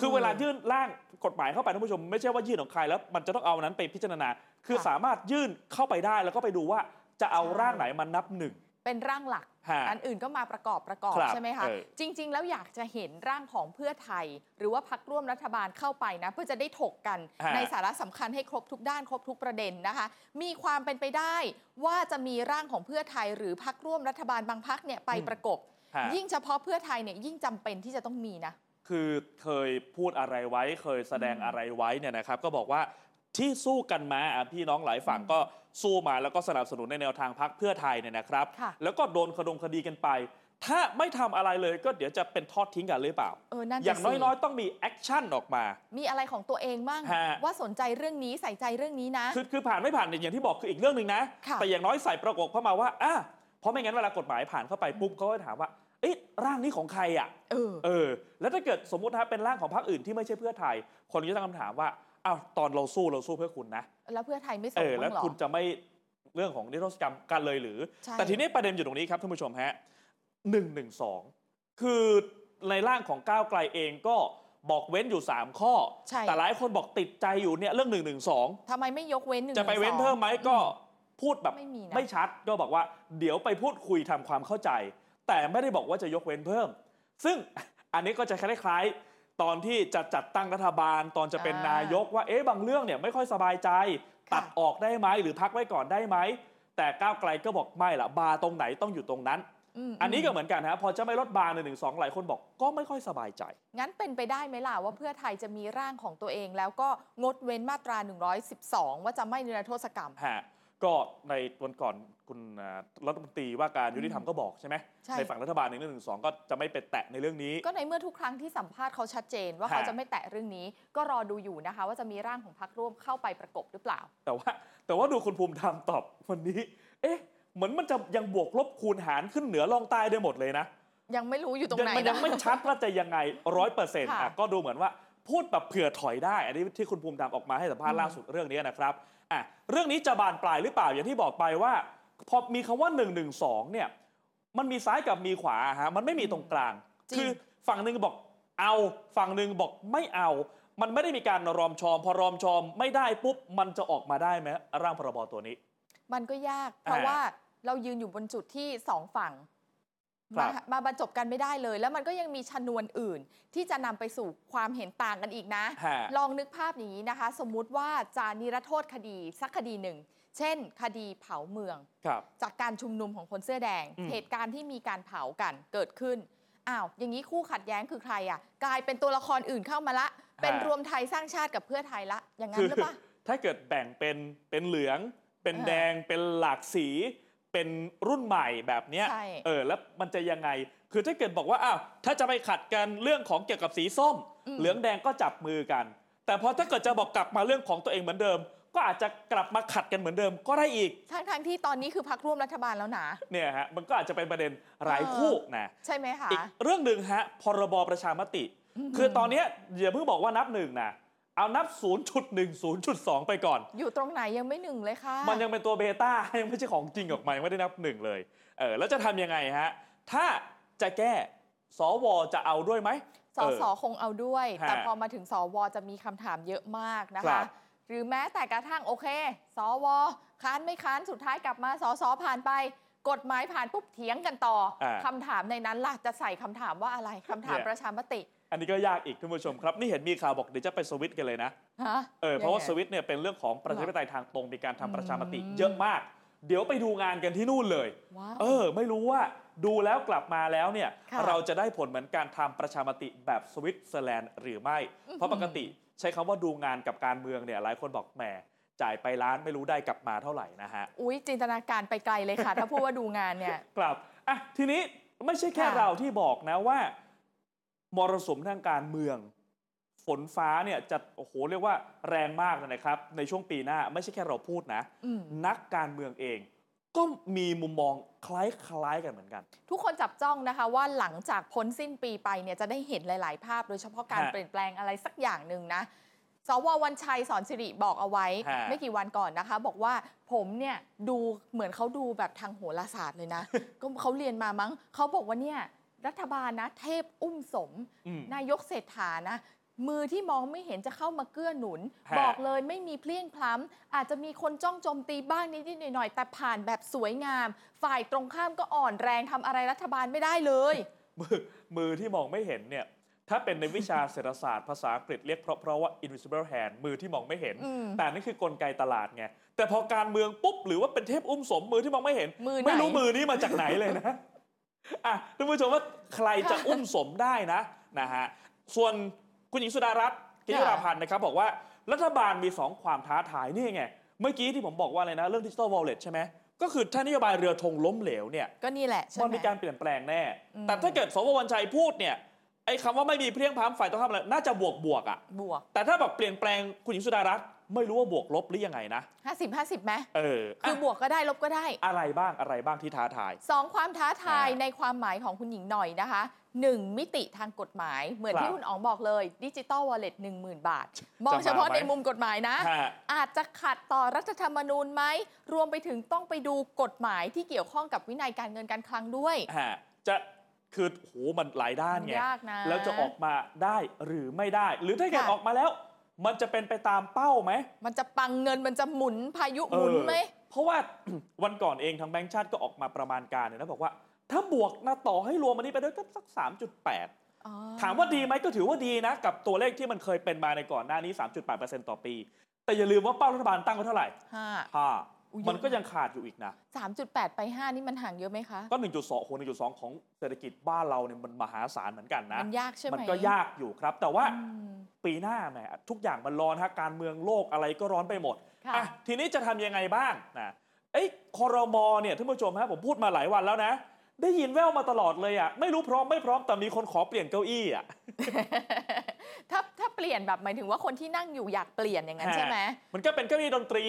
Speaker 1: คือเวลายื่นร่างกฎหมายเข้าไปท่านผู้ชมไม่ใช่ว่ายื่นของใครแล้วมันจะต้องเอาอันนั้นไปพิจารณา คือสามารถยื่นเข้าไปได้แล้วก็ไปดูว่าจะเอาร่างไหนมานับหนึ่ง
Speaker 2: เป็นร่างหลัก
Speaker 1: ฮะ
Speaker 2: อันอื่นก็มาประกอบประกอบ
Speaker 1: ครับ
Speaker 2: ใช่ไหมคะ
Speaker 1: เออ
Speaker 2: จริง ๆ แล้วอยากจะเห็นร่างของเพื่อไทย หรือว่าพักร่วมรัฐบาลเข้าไปนะ เพื่อจะได้ถกกัน
Speaker 1: ฮะ
Speaker 2: ในสาระสำคัญให้ครบทุกด้านครบทุกประเด็นนะคะ มีความเป็นไปได้ว่าจะมีร่างของเพื่อไทย หรือพักร่วมรัฐบาลบางพักเนี่ยไปประกบ
Speaker 1: ฮะ
Speaker 2: ยิ่งเฉพาะเพื่อไทยเนี่ยยิ่งจำเป็นที่จะต้องมีนะ
Speaker 1: คือเคยพูดอะไรไว้ เคยแสดงอะไรไว้เนี่ยนะครับ ก็บอกว่าที่สู้กันมาอ่ะพี่น้องหลายฝั่งก็สู้มาแล้วก็สนับสนุนในแนวทางพักเพื่อไทยเนี่ยนะครับ
Speaker 2: ค่ะ
Speaker 1: แล้วก็โดนคดงคดีกันไป ถ้าไม่ทำอะไรเลยก็เดี๋ยวจะเป็นทอดทิ้งกันหรือเปล่า
Speaker 2: เออนั่น
Speaker 1: อย่าง
Speaker 2: สิ
Speaker 1: น้อยๆ ต้องมีแอคชั่นออกมา
Speaker 2: มีอะไรของตัวเองบ้าง
Speaker 1: ฮะ
Speaker 2: ว่าสนใจเรื่องนี้ใส่ใจเรื่องนี้นะ
Speaker 1: คือคือผ่านไม่ผ่านเนี่ยอย่างที่บอกคืออีกเรื่องหนึ่งนะ
Speaker 2: ค่ะ
Speaker 1: แต่อย่างน้อยใส่ประกบเข้ามาว่าอ่ะเพราะไม่งั้นเวลากฎหมายผ่านเข้าไปปุ๊บเขาก็จะถามว่า เอ๊ะร่างนี้ของใครอ่ะ
Speaker 2: เออ
Speaker 1: เออ แล้วถ้าเกิดสมมตินะเป็นร่างของพรรคอื่นที่ไม่ใช่เพื่อไทย คนก็จะตั้งคำถามว่าอ้าวตอนเราสู้เราสู้เพื่อคุณนะ
Speaker 2: แล้วเพื่อไทยไม่ส่
Speaker 1: เอง อ แล้
Speaker 2: บ้าวงเหรอ
Speaker 1: คุณจะไม่เรื่องของนิรโทษกรรมกันเลยหรือ
Speaker 2: ใช่
Speaker 1: แต่ทีนี้ประเด็นอยู่ตรงนี้ครับท่านผู้ชมฮะหนึ่งหนึ่งสองคือในร่างของก้าวไกลเองก็บอกเว้นอยู่ 3 ข้อ
Speaker 2: ใช่
Speaker 1: แต่หลายคนบอกติดใจอยู่เนี่ยเรื่อง1นึ
Speaker 2: ทำไมไม่ยกเว้นหนึ่ง
Speaker 1: จะไปเว้นเพิ่มไหมก็พูดแบบ
Speaker 2: ไม่มีนะ
Speaker 1: ไม่ชัดก็บอกว่าเดี๋ยวไปพูดคุยทำความเข้าใจ แต่ไม่ได้บอกว่าจะยกเว้นเพิ่ม ซึ่ง <laughs> อันนี้ก็จะคล้ายๆ ตอนที่จะจัดตั้งรัฐบาลตอนจะเป็น
Speaker 2: อ่าน
Speaker 1: นายกว่าเอ๊ะบางเรื่องเนี่ยไม่ค่อยสบายใจ
Speaker 2: ค่ะ
Speaker 1: ตัดออกได้ไหมหรือพักไว้ก่อนได้ไหม แต่ก้าวไกลก็บอกไม่ละบาร์ตรงไหนต้องอยู่ตรงนั้น
Speaker 2: ม
Speaker 1: อันนี้ก็เหมือนกันฮะพอจะไม่ลดบาร์หนึ่งหนึ่งสองหลายคนบอกก็ไม่ค่อยสบายใจ
Speaker 2: งั้นเป็นไปได้ไหมล่ะว่าเพื่อไทยจะมีร่างของตัวเอง แล้วก็งดเว้นมาตรา 112 ว่าจะไม่นิรโทษกรรม
Speaker 1: ฮะก็ในวันก่อนคุณอ่ารัฐมนตรีว่าการยุติธรรมก็บอกใช่ไหม
Speaker 2: ใช่
Speaker 1: ฝั่งรัฐบาลหนึ่งหนึ่งสองก็จะไม่ไปแตะในเรื่องนี้
Speaker 2: ก็ในเมื่อทุกครั้งที่สัมภาษณ์เขาชัดเจน ว่า
Speaker 1: ฮะ
Speaker 2: เขาจะไม่แตะเรื่องนี้ ก็รอดูอยู่นะคะ ว่าจะมีร่างของพรรคร่วมเข้าไปประกบหรือเปล่า
Speaker 1: แต่ว่า <laughs> แต่ว่าดูคุณภูมิธรรมตอบวันนี้ เอ๊ะ เหมือนมันจะยังบวกลบคูณหารขึ้นเหนือลองใต้ได้หมดเลยนะ
Speaker 2: ยังไม่รู้อยู่ตรง
Speaker 1: ยั
Speaker 2: ไหน
Speaker 1: มัยั
Speaker 2: นะ
Speaker 1: งไม่ชัดว่าจะยังไงร้อยเปอร์เซ็นต์
Speaker 2: ค่ะ
Speaker 1: อ่ะก็ดูเหมือนว่าพูดแบบเผื่อถอยได้ อันนี้ที่คุณภูมิธรรมออกมาให้สัมภาษ
Speaker 2: อื
Speaker 1: ณ์
Speaker 2: ม
Speaker 1: ล่าสุดเรื่องนี้นะครับอ่ะเรื่องนี้จะบานปลายหรือเปล่าอย่างที่บอกไปว่า พอมีคำว่า1นึเนี่ยมันมีซ้ายกับมีขวาฮะมันไม่มีตรงกลาง
Speaker 2: จริง
Speaker 1: คือฝั่งหนึ่งบอกเอาฝั่งหนึ่งบอกไม่เอา มันไม่ได้มีการรอมชอม พอรอมชอมไม่ได้ปุ๊บมันจะออกมาได้ไหมร่างพรบตัวนี้
Speaker 2: มันก็ยาก เพราะ
Speaker 1: อ่า
Speaker 2: ว่าเรายืนอยู่บนจุดที่สองฝั่ง
Speaker 1: ครั
Speaker 2: มา
Speaker 1: บ
Speaker 2: มาบรรจบกันไม่ได้เลย แล้วมันก็ยังมีชนวนอื่น ที่จะนำไปสู่ความเห็นต่างกันอีกนะ
Speaker 1: ฮะ
Speaker 2: ลองนึกภาพอย่างนี้นะคะ สมมุติว่าจะนิรโทษคดีสักคดีหนึ่ง เช่น คดีเผาเมือง
Speaker 1: ครับ
Speaker 2: จากการชุมนุมของคนเสื้อแดง
Speaker 1: อืม
Speaker 2: เหตุการณ์ที่มีการเผากันเกิดขึ้น อ้าวอย่างนี้คู่ขัดแย้งคือใครอ่ะกลายเป็นตัวละครอื่นเข้ามาละ เป็นรวมไทยสร้างชาติกับเพื่อไทยละ อย่างนั้น
Speaker 1: คือ
Speaker 2: หรือเป
Speaker 1: <laughs>
Speaker 2: ล่า
Speaker 1: ถ้าเกิดแบ่งเป็นเป็นเหลือง เป็น
Speaker 2: เออ
Speaker 1: แดงเป็นหลากสี เป็นรุ่นใหม่แบบเนี้ย
Speaker 2: ใช่
Speaker 1: เออแล้วมันจะยังไง คือถ้าเกิดบอกว่าอ้าวถ้าจะไปขัดกันเรื่องของเกี่ยวกับสีส้ม
Speaker 2: ม
Speaker 1: เหลืองแดงก็จับมือกัน แต่พอถ้าเกิดจะบอกกลับมาเรื่องของตัวเองเหมือนเดิม ก็อาจจะกลับมาขัดกันเหมือนเดิมก็ได้อีก
Speaker 2: ทั้งทงๆที่ตอนนี้คือพักร่วมรัฐบาลแล้วนะ
Speaker 1: เนี่ยฮะมันก็อาจจะเป็นประเด็นหลาย
Speaker 2: เออ
Speaker 1: คู่นะ
Speaker 2: ใช่ไหมคะ
Speaker 1: อีกเรื่องหนึ่งฮะพรบประชามติ
Speaker 2: ม
Speaker 1: คือตอนเนี้ยอย่าเพิ่งบอกว่านับหนึ่งนะเอานับ 0.1 0.2 ไปก่อน
Speaker 2: อยู่ตรงไหนยังไม่หนึ่งเลยค่ะ
Speaker 1: มันยังเป็นตัวเบต้า <laughs> ยังไม่ใช่ของจริงออกมายังไม่ได้นับหนึ่งเลยเออแล้วจะทำยังไงฮะ ถ้าจะแก้สวจะเอาด้วยไหม
Speaker 2: สสคงเอาด้วย
Speaker 1: ฮะ
Speaker 2: แต่พอมาถึงสวจะมีคำถามเยอะมากนะ
Speaker 1: ครั
Speaker 2: คะ
Speaker 1: บ
Speaker 2: หรือแม้แต่กระทั่งโอเค สวค้านไม่ค้านสุดท้ายกลับมาสสผ่านไป กฎหมายผ่านปุ๊บเถียงกันต่ออา คำถามในนั้นล่ะจะใส่คำถามว่าอะไรคำถาม
Speaker 1: เนี่ย
Speaker 2: ประชามติ
Speaker 1: อันนี้ก็ยากอีกท่านผู้ชมครับ นี่เห็นมีข่าวบอกเดี๋ยวจะไปสวิตช์กันเลยนะ
Speaker 2: ฮะ
Speaker 1: เออเพราะว่า
Speaker 2: ยังไง
Speaker 1: สวิตเนี่ยเป็นเรื่องของประชาธิปไตยทางตรงมีการทำประชามติ
Speaker 2: อืม
Speaker 1: เยอะมาก เดี๋ยวไปดูงานกันที่นู่นเลย
Speaker 2: ว้าว
Speaker 1: เออ ไม่รู้ว่าดูแล้วกลับมาแล้วเนี่ย
Speaker 2: ค่ะ
Speaker 1: เราจะได้ผลเหมือนการทำประชามติแบบสวิตเซอร์แลนด์หรือไม่ เพราะปกติใช้คำว่าดูงานกับการเมืองเนี่ยหลายคนบอกแหมจ่ายไปล้านไม่รู้ได้กลับมาเท่าไหร่นะฮะ
Speaker 2: อุ้ยจินตนาการไปไกลเลยค่ะ ถ้าพูดว่าดูงานเนี่ย
Speaker 1: ครับอ่ะทีนี้ไม่ใช่แค่
Speaker 2: ค่ะ
Speaker 1: เราที่บอกนะว่า มรสุมทางการเมือง ฝนฟ้าเนี่ยจะโอ้โหเรียกว่าแรงมากเลยนะครับ ในช่วงปีหน้าไม่ใช่แค่เราพูดนะ
Speaker 2: อืม
Speaker 1: นักการเมืองเอง ก็มีมุมมองคล้ายๆกันเหมือนกัน
Speaker 2: ทุกคนจับจ้องนะคะว่าหลังจากพ้นสิ้นปีไปเนี่ยจะได้เห็นหลาย ๆ ภาพ โดยเฉพาะการ
Speaker 1: ฮะ
Speaker 2: เปลี่ยนแปลงอะไรสักอย่างหนึ่งนะ สววันชัยสอนสิริบอกเอาไว้
Speaker 1: ฮะ
Speaker 2: ไม่กี่วันก่อนนะคะ บอกว่าผมเนี่ยดูเหมือนเขาดูแบบทางโหราศาสตร์เลย
Speaker 1: <laughs>
Speaker 2: นะ ก็เขาเรียนมามั้งเขาบอกว่าเนี่ยรัฐบาลนะ เทพอุ้มสม
Speaker 1: อืม
Speaker 2: นายกเศรษฐานะ มือที่มองไม่เห็นจะเข้ามาเกื้อหนุน
Speaker 1: ฮะ
Speaker 2: บอกเลยไม่มีเพลี้ยงพล้ำอาจจะมีคนจ้องโจมตีบ้างนิดๆหน่อยๆแต่ผ่านแบบสวยงาม ฝ่ายตรงข้ามก็อ่อนแรงทำอะไรรัฐบาลไม่ได้เลย
Speaker 1: มือมือที่มองไม่เห็นเนี่ย ถ้าเป็นในวิชา เศรษฐศาสตร์ภาษาอังกฤษเรียกเพราะเพราะๆว่า invisible hand มือที่มองไม่เห็น
Speaker 2: อืม
Speaker 1: แต่นี่คือกลไกตลาดไงแต่พอการเมืองปุ๊บหรือว่าเป็นเทพอุ้มสมมือที่มองไม่เห็น
Speaker 2: มือไหน
Speaker 1: ไม่รู้มือนี้มาจากไหนเลยนะ อ่ะท่านผู้ชมว่าใครจะอุ้มสมได้นะนะฮะ ส่วนคุณหญิงสุดารัตน์กิติ
Speaker 2: ค่ะ
Speaker 1: ราพันธ์นะครับ บอกว่ารัฐบาลมี 2 ความท้าทายนี่ไง เมื่อกี้ที่ผมบอกว่าอะไรนะ เรื่องดิจิ t a ลวอลเล็ตใช่ไหม ก็คือถ้านโยบายเรือธงล้มเหลวเนี่ย
Speaker 2: ก็นี่แหละใช่
Speaker 1: มัน
Speaker 2: ไหม
Speaker 1: มีการเปลี่ยนแปลงแน่
Speaker 2: อืม
Speaker 1: แต่ถ้าเกิดสววันชัยพูดเนี่ย ไอ้คำว่าไม่มีเพลียงพล้ำฝ่ายต้องทำอะไรน่าจะบวกบวกๆอ่ะ
Speaker 2: บวก
Speaker 1: แต่ถ้าแบบเปลี่ยนแปลงคุณหญิงสุดารัตน์ไม่รู้ว่าบวกลบหรือยังไงนะ
Speaker 2: 50 50ไหม
Speaker 1: เออ
Speaker 2: คื
Speaker 1: อ่ะ
Speaker 2: อบวกก็ได้ลบก็ได้
Speaker 1: อะไรบ้างอะไรบ้างที่ท้าทาย
Speaker 2: สองความท้าทาย
Speaker 1: อ่า
Speaker 2: ในความหมายของคุณหญิงหน่อยนะคะหนึ่งมิติทางกฎหมาย เหมือน
Speaker 1: ครับ
Speaker 2: ที่คุณอ๋องบอกเลยดิจิตอลวอลเล็ตหนึ่งหมื่นบาท มอง
Speaker 1: จะมา
Speaker 2: เฉพาะ
Speaker 1: ไหม
Speaker 2: ในมุมกฎหมายนะ
Speaker 1: ฮะ
Speaker 2: อาจจะขัดต่อรัฐธรรมนูญไหม รวมไปถึงต้องไปดูกฎหมายที่เกี่ยวข้องกับวินัยการเงินการคลังด้วย
Speaker 1: ฮะจะคือโหมันหลายด้านไง
Speaker 2: ยากนะ
Speaker 1: แล้วจะออกมาได้หรือไม่ได้ หรือถ้าเกิด
Speaker 2: ค่ะ
Speaker 1: ออกมาแล้ว มันจะเป็นไปตามเป้าไหม
Speaker 2: มันจะปังเงินมันจะหมุนพายุหมุนไหม
Speaker 1: เออเพราะว่า <coughs> วันก่อนเองทางแบงก์ชาติก็ออกมาประมาณการเนี่ยนะบอกว่า ถ้าบวกนะต่อให้รวมอันนี้ไปด้วยก็สัก 3.8 ถามว่าดีไหมก็ถือว่าดีนะ กับตัวเลขที่มันเคยเป็นมาในก่อนหน้านี้ 3.8%ต่อปี แต่อย่าลืมว่าเป้ารัฐบาลตั้งไว้เท่าไหร่
Speaker 2: ห้า
Speaker 1: ห้า
Speaker 2: อุ๊ย
Speaker 1: มันก็ยังขาดอยู่อีกนะ
Speaker 2: สามจุดแปดไปห้านี่มันห่างเยอะไหมคะ
Speaker 1: ก็ 1.2โห1.2 ของเศรษฐกิจบ้านเราเนี่ยมันมหาศาลเหมือนกันนะ
Speaker 2: มันยากใช่ไหม
Speaker 1: มันก็ยากอยู่ครับ แต่ว่า
Speaker 2: อืม
Speaker 1: ปีหน้าแหมทุกอย่างมันร้อนฮะการเมืองโลกอะไรก็ร้อนไปหมด
Speaker 2: ค่ะ
Speaker 1: อ่ะทีนี้จะทำยังไงบ้างนะไอ้ยคอรมอเนี่ยท่านผู้ชมฮะผมพูดมาหลายวันแล้วนะ ได้ยินแว่วมาตลอดเลยอ่ะไม่รู้พร้อมไม่พร้อมแต่มีคนขอเปลี่ยนเก้าอี้อ่ะ
Speaker 2: ถ้าถ้าเปลี่ยนแบบหมายถึงว่าคนที่นั่งอยู่อยากเปลี่ยนอย่างนั้น
Speaker 1: ฮะ
Speaker 2: ใช่ไหม
Speaker 1: มันก็เป็นเก้าอี้ดนตรี